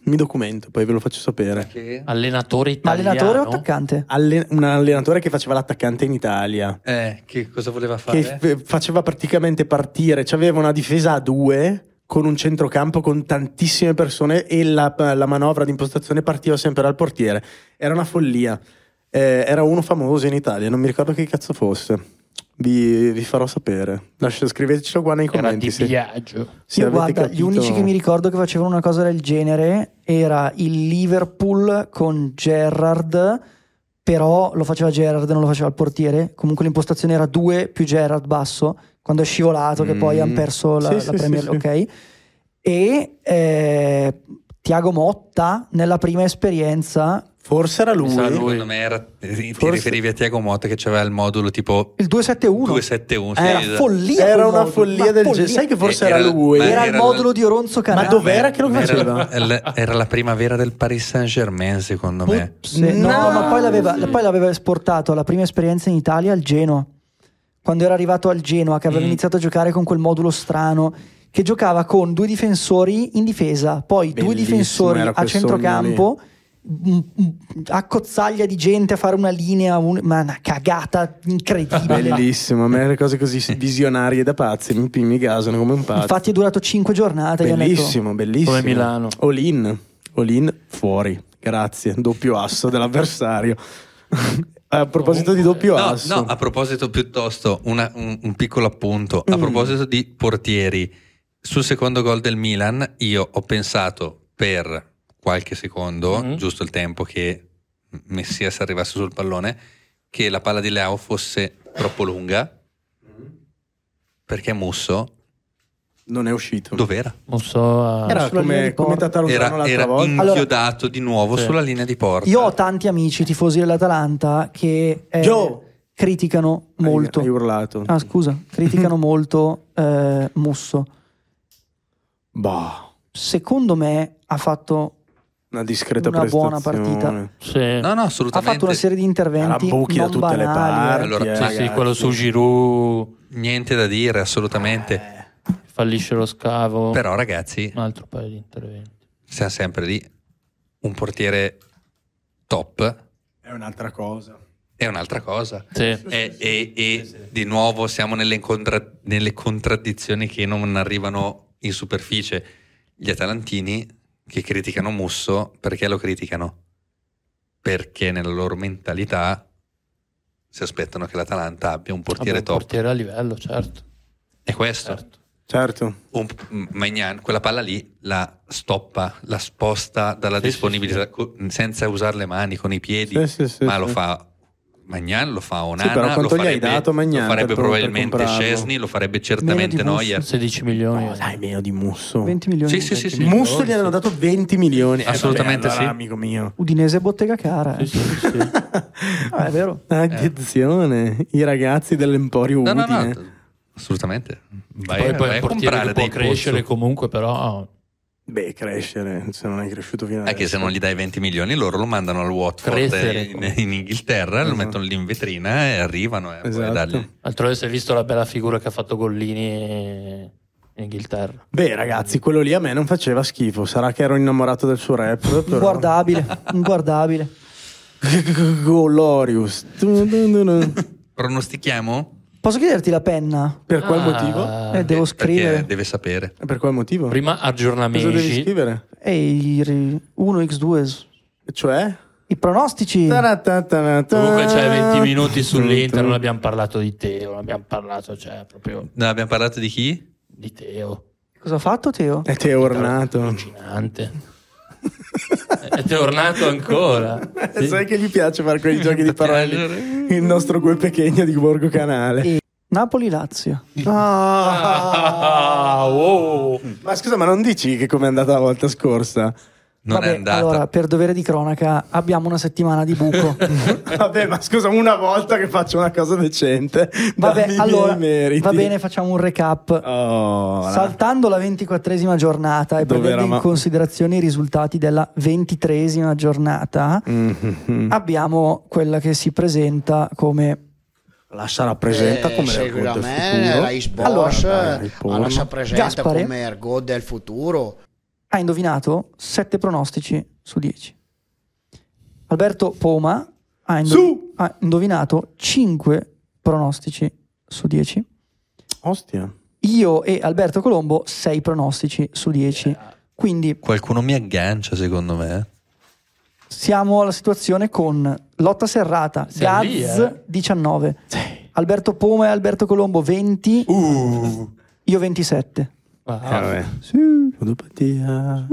Mi documento, poi ve lo faccio sapere.
Allenatore
ma
italiano.
allenatore o attaccante?
Alle- un allenatore che faceva l'attaccante in Italia.
Eh, che cosa voleva
che
fare?
f- faceva praticamente partire, cioè aveva una difesa a due con un centrocampo con tantissime persone e la, la manovra di impostazione partiva sempre dal portiere. Era una follia. Eh, era uno famoso in Italia, non mi ricordo che cazzo fosse. Vi, vi farò sapere. Lascia- scrivetecelo qua nei
Era
commenti.
di
Se,
viaggio.
se
Io
avete
guarda, gli
capito-
unici che mi ricordo che facevano una cosa del genere era il Liverpool con Gerrard però lo faceva Gerard, non lo faceva il portiere. Comunque l'impostazione era 2 più Gerard basso, quando è scivolato, che poi
Mm.
hanno perso la,
Sì,
la
sì,
Premier
sì,
League, ok? E eh, Tiago Motta, nella prima esperienza,
Forse era lui.
Mi sa lui.
Secondo me era, eh, ti
Forse-
riferivi a Tiago Motta che aveva il modulo tipo
il 271
271.
Ah,
Eh,
era
sì,
follia.
Era
quel
una
modulo,
follia
ma
del
follia.
genere. Sai che forse
Eh,
era
era-
lui.
ma-
Era il
era-
modulo di Oronzo Canale.
dov'era che lo
Era-
faceva?
Era, era la primavera del Paris Saint-Germain, secondo me.
Sì, no,
No.
ma poi l'aveva, poi l'aveva esportato alla prima esperienza in Italia al Genoa. Quando era arrivato al Genoa, che aveva
Mm.
iniziato a giocare con quel modulo strano, che giocava con due difensori in difesa, poi due
Bellissimo,
difensori
era
a
quel
centrocampo, mm, m- m- accozzaglia di gente a fare una linea, un- ma una cagata incredibile.
Bellissimo, a me le cose così visionarie da pazzi mi, mi gasano come un pazzo.
Infatti è durato cinque giornate. gli hanno detto,
bellissimo, bellissimo.
Come Milano.
All in, all in fuori. Grazie, doppio asso dell'avversario. a proposito di doppio
No,
asso.
no, a proposito piuttosto, una- un, un piccolo appunto, a
Mm.
proposito di portieri, sul secondo gol del Milan io ho pensato per qualche secondo,
Mm.
Mhm.
giusto il tempo che Messias arrivasse sul pallone, che la palla di Leao fosse troppo lunga, perché Musso
Non è uscito.
dov'era?
Non so. eh,
Era
Sulla linea
come,
di porta.
come Tatarusano
Era,
l'altra
era
volta.
inchiodato di nuovo
Sì.
sulla linea di porta.
Io ho tanti amici tifosi dell'Atalanta che eh,
Joe!
criticano
Hai-
molto.
Hai, urlato.
Ah, scusa, criticano molto eh, Musso.
Bah,
Secondo me ha fatto,
una discreta
Una buona
prestazione.
partita.
sì.
No, no,
ha
assolutamente.
fatto una serie di interventi
Arabuchi da
non
tutte le parti.
banali. eh.
Allora,
eh,
sì,
Sì, sì,
ragazzi.
quello su Giroud
Niente da dire, assolutamente.
Eh,
fallisce lo scavo.
Però ragazzi,
Un altro paio di interventi.
siamo sempre lì. Un portiere top
È un'altra cosa.
è un'altra cosa.
Sì.
E, e- e di nuovo siamo nelle, incontra- nelle contraddizioni che non arrivano in superficie. Gli atalantini che criticano Musso, perché lo criticano? Perché nella loro mentalità si aspettano che l'Atalanta abbia un portiere
Vabbè, un
top.
Portiere a livello, certo.
È questo.
certo.
Certo.
un, m- Maignan, quella palla lì la stoppa, la sposta dalla
Sì,
disponibilità
sì,
co- senza usare le mani, con i piedi,
Sì, sì, sì,
ma
sì.
lo fa Magnan, lo fa Onana,
però
lo
quanto gli hai
farebbe,
dato Maignan
lo farebbe
per- per
probabilmente
comprarlo?
Scesni, lo farebbe
Meno
certamente
di Buffon,
Neuer.
16 milioni.
No, dai, meno di Musso.
20 milioni.
Sì, sì, sì, sì.
Musso gli hanno dato 20 milioni. Eh,
Assolutamente
vabbè, allora,
sì.
amico mio.
Udinese e Bottega Cara. eh.
Sì, sì, sì, sì.
Ah, è vero.
Attenzione, i ragazzi dell'Emporio
No, no,
Udine.
no, assolutamente. Vai,
poi, poi
vai
il
a
portiere
comprare
che può
dei
crescere
crescere.
comunque, però
Beh, crescere, se non hai cresciuto fino adesso.
Anche Eh, se non gli dai 20 milioni, loro lo mandano al Watford eh,
Crescere.
in, in Inghilterra, lo
Esatto.
mettono lì in vetrina e arrivano eh, e puoi
Esatto.
dargli.
altrove si è visto la bella figura che ha fatto Gollini in Inghilterra.
Beh, ragazzi, quello lì a me non faceva schifo. Sarà che ero innamorato del suo rap. Però...
eh. Inguardabile, inguardabile.
Glorious. Tu, tu, tu, tu.
Pronostichiamo?
Posso chiederti la penna?
Per qual
Ah.
motivo?
Eh, devo
Perché
scrivere.
Deve sapere.
Per qual motivo?
Prima
Cosa devi
aggiornamenti.
scrivere?
Ehi, 1x2.
Cioè?
I pronostici.
Comunque
Comunque c'è 20 minuti sull'Inter, non abbiamo parlato di Teo, non abbiamo parlato cioè, proprio
No, abbiamo parlato di chi?
di Teo.
Cosa ha fatto Teo?
E ti è ornato.
Allucinante. È tornato ancora. Sì.
Sai che gli piace fare quei giochi di parole? Il nostro quel pechegno di Borgo Canale.
Napoli-Lazio.
Ah, wow.
Ma scusa, ma non dici che com'è andata la volta scorsa?
Non
Vabbè,
è andata.
Allora, per dovere di cronaca, abbiamo una settimana di buco.
Vabbè, ma scusa, una volta che faccio una cosa decente.
Vabbè,
dammi i
allora,
miei meriti.
va bene, facciamo un recap.
Oh,
Saltando la 24esima giornata e
Dove
prendendo in
eravamo?
considerazione i risultati della 23esima giornata,
Mhm.
abbiamo quella che si presenta come
La Sara presenta
Eh,
come
segui
la
da
Gold del
me,
futuro.
la Xbox
Allora,
eh,
porno.
la lascia presente
Gaspare?
come ergo del futuro.
ha indovinato 7 pronostici su 10. Alberto Poma ha, indo-
Su!
ha indovinato 5 pronostici su 10.
Ostia.
Io e Alberto Colombo 6 pronostici su
Eh.
10. Quindi
Qualcuno mi aggancia, secondo me.
siamo alla situazione con Lotta Serrata,
Siamo
Gaz
lì, eh.
19, Alberto Poma e Alberto Colombo 20, io 27.
Ah,
Sì, ludopatia.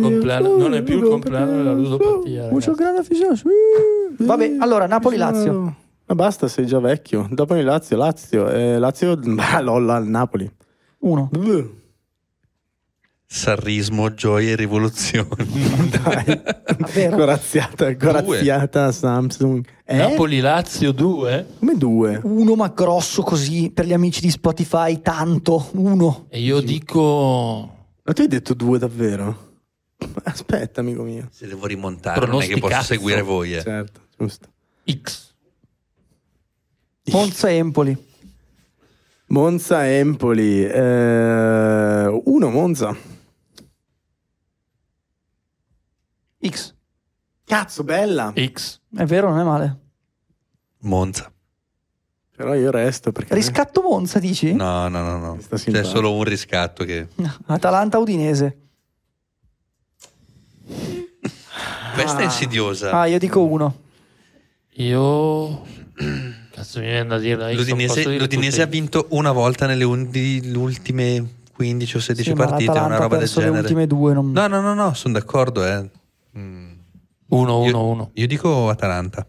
compleanno- non è più il compleanno della ludopatia, ragazzi.
grande afición. Vabbè, allora, Napoli-Lazio.
Ma basta, sei già vecchio. Dopo il Lazio, Lazio. Eh, Lazio, bah, lolla al Napoli.
Uno.
Sarrismo, gioie e rivoluzione.
Dai.
Davvero?
corazziata, corazziata Samsung. Eh?
Napoli-Lazio 2
Come due?
Uno, ma grosso così per gli amici di Spotify, tanto. Uno.
e io dico
Ma tu hai detto due davvero? Aspetta, amico mio.
Se devo rimontare, non è che posso
Pronosticazzo.
seguire voi. eh.
Certo, giusto.
X.
Monza e Empoli.
Monza Empoli. eh, uno Monza.
X.
Cazzo, bella.
X.
È vero, non è male.
Monza.
Però io resto perché...
Riscatto Monza, dici?
No, no, no, no.
Mi sta
C'è
simpatico.
solo un riscatto che...
Atalanta-Udinese.
Questa è insidiosa.
Ah, io dico uno.
Io cazzo mi viene da dire la X, non posso
L'Udinese,
dire
l'Udinese ha
tutte.
vinto una volta nelle undi- le ultime 15 o 16
Sì, ma
partite,
l'Atalanta
una roba
ha
del
perso le
genere.
ultime due. Non...
No, no, no, no, sono d'accordo. Eh. Mm.
Uno,
Io-
uno, uno.
Io dico Atalanta.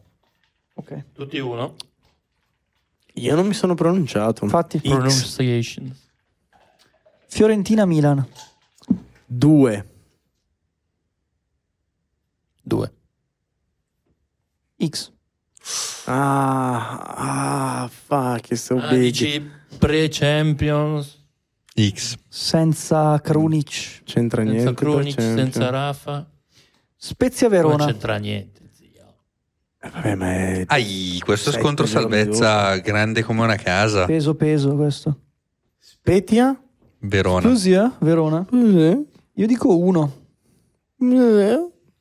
Ok.
Tutti uno.
Io non mi sono pronunciato.
Infatti,
Pronunciation.
Fiorentina-Milan.
Due.
Due.
X.
Ah, ah, fa che so
Ah,
big.
dici pre-champions,
X.
Senza Krunic.
C'entra
senza
niente. però
Krunic,
c'entra.
senza Rafa. Non
Spezia-Verona.
c'entra niente, zio.
Eh, Vabbè, ma è...
Ai, questo
Sei
scontro
coglione
salvezza grande come una casa.
Peso, peso questo.
Petia?
Verona.
Spezia? Verona? Io dico uno.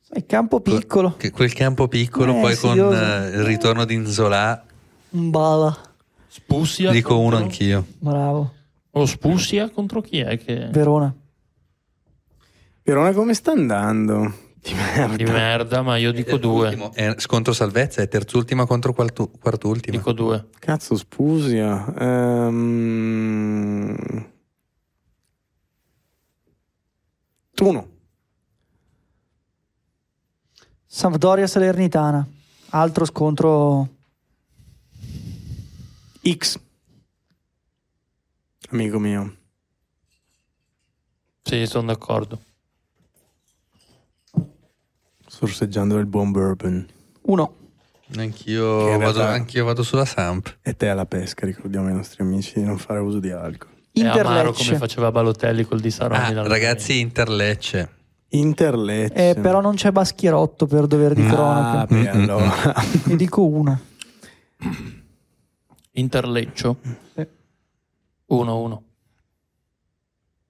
Sai, campo piccolo.
Che- Quel campo piccolo,
Eh,
poi con
insidioso.
eh, il ritorno di Inzola,
Mbala.
Spussia.
dico uno
contro-
anch'io.
Bravo.
O Spussia contro chi è che
Verona.
Verona come sta andando? Di
di
merda.
merda, ma io dico due.
Ultimo, eh, scontro salvezza è terzultima contro quartu- quartultima.
Dico due.
Cazzo, Spusia. Ehm... Uno.
Sampdoria Salernitana. Altro scontro.
X. Amico mio.
Sì, sono d'accordo.
Sto sorseggiando del buon bourbon.
Uno.
Anch'io,
Che in
vado,
realtà-
anch'io vado sulla Samp.
E te alla pesca, ricordiamo ai nostri amici di non fare uso di alcol.
è amaro come
Interlecce.
faceva Balotelli col di Saroni.
Ah,
dalla-
ragazzi, Interlecce.
Interlecce.
Eh, però non c'è Baschirotto per dover di
Ah,
cronaca.
beh,
Mm, mm,
allora.
Ne dico una.
Interleccio.
Sì.
1-1.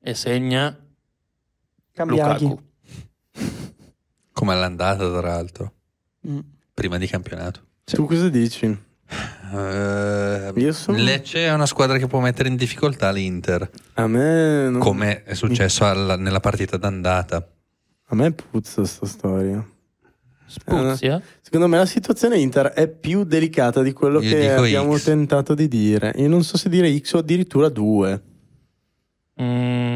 E segna
Cambiaghi.
Lukaku.
Come all'andata, tra l'altro,
Mm.
prima di campionato.
Tu cosa dici?
Eh,
Io sono-
Lecce è una squadra che può mettere in difficoltà l'Inter,
A me. non-
come è successo alla- nella partita d'andata.
A me puzza sta storia.
Spuzia.
Secondo me la situazione Inter è più delicata di quello
Io
che
dico
abbiamo
X.
tentato di dire. Io non so se dire X o addirittura 2.
Mm,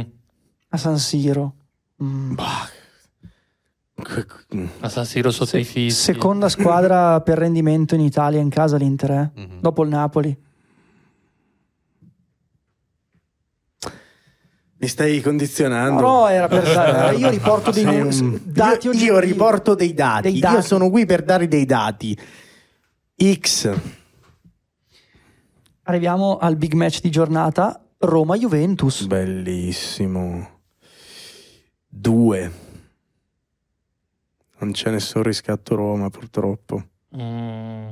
A San Siro. Mm.
mm.
a San Siro sotto
Se-
i fischi.
seconda squadra per rendimento in Italia in casa l'Inter, eh?
Mm.
Mhm.
dopo il Napoli.
Mi stai condizionando.
Però era per dare- io riporto dei
Sei
s-
un-
dati
io,
oggi-
io riporto dei dati.
dei dati.
Io sono qui per dare dei dati. X.
Arriviamo al big match di giornata Roma-Juventus.
Bellissimo. 2. Non c'è nessun riscatto Roma, purtroppo.
Mm,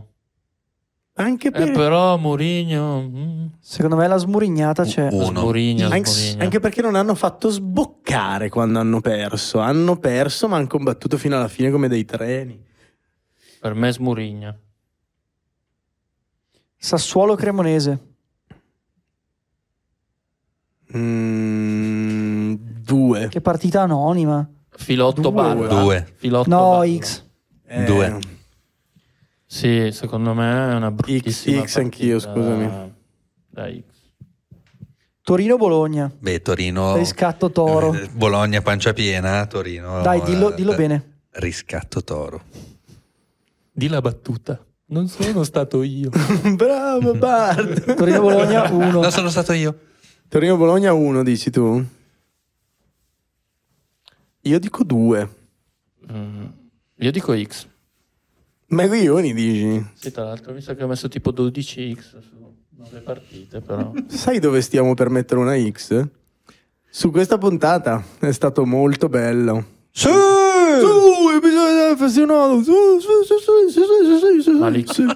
Anche
eh,
per
però Mourinho. mm,
Secondo me la smurignata c'è.
Oh,
Uh, uh. Uno.
Mourinho,
Anche,
Mourinho.
anche perché non hanno fatto sboccare quando hanno perso. Hanno perso, ma hanno combattuto fino alla fine come dei treni.
Per me Smurigna.
Sassuolo-Cremonese.
Mm, due.
Che partita anonima.
Filotto
Due.
Barba.
Due.
Filotto
No,
Barba.
X.
Eh,
Due.
Sì, secondo me è una bruttissima
X anch'io,
partita
scusami.
Da X.
Torino-Bologna.
Beh, Torino.
Riscatto Toro.
eh, Bologna, pancia piena. Torino.
Dai, dillo,
eh,
dillo bene.
Riscatto Toro.
Di la battuta. Non sono stato io.
Bravo Bart.
Torino-Bologna 1.
No, sono stato io.
Torino Bologna 1 dici tu? Io dico 2.
Mm, Io dico X.
Ma i coglioni dici?
Sì, tra l'altro mi sa che ho messo tipo 12X su 9 partite, però.
Sai dove stiamo per mettere una X? Su questa puntata è stato molto bello.
Sì!
Su, episodio del Fascinato. Su, su, su, su, su, su, su, su, su,
Ma lì-
su.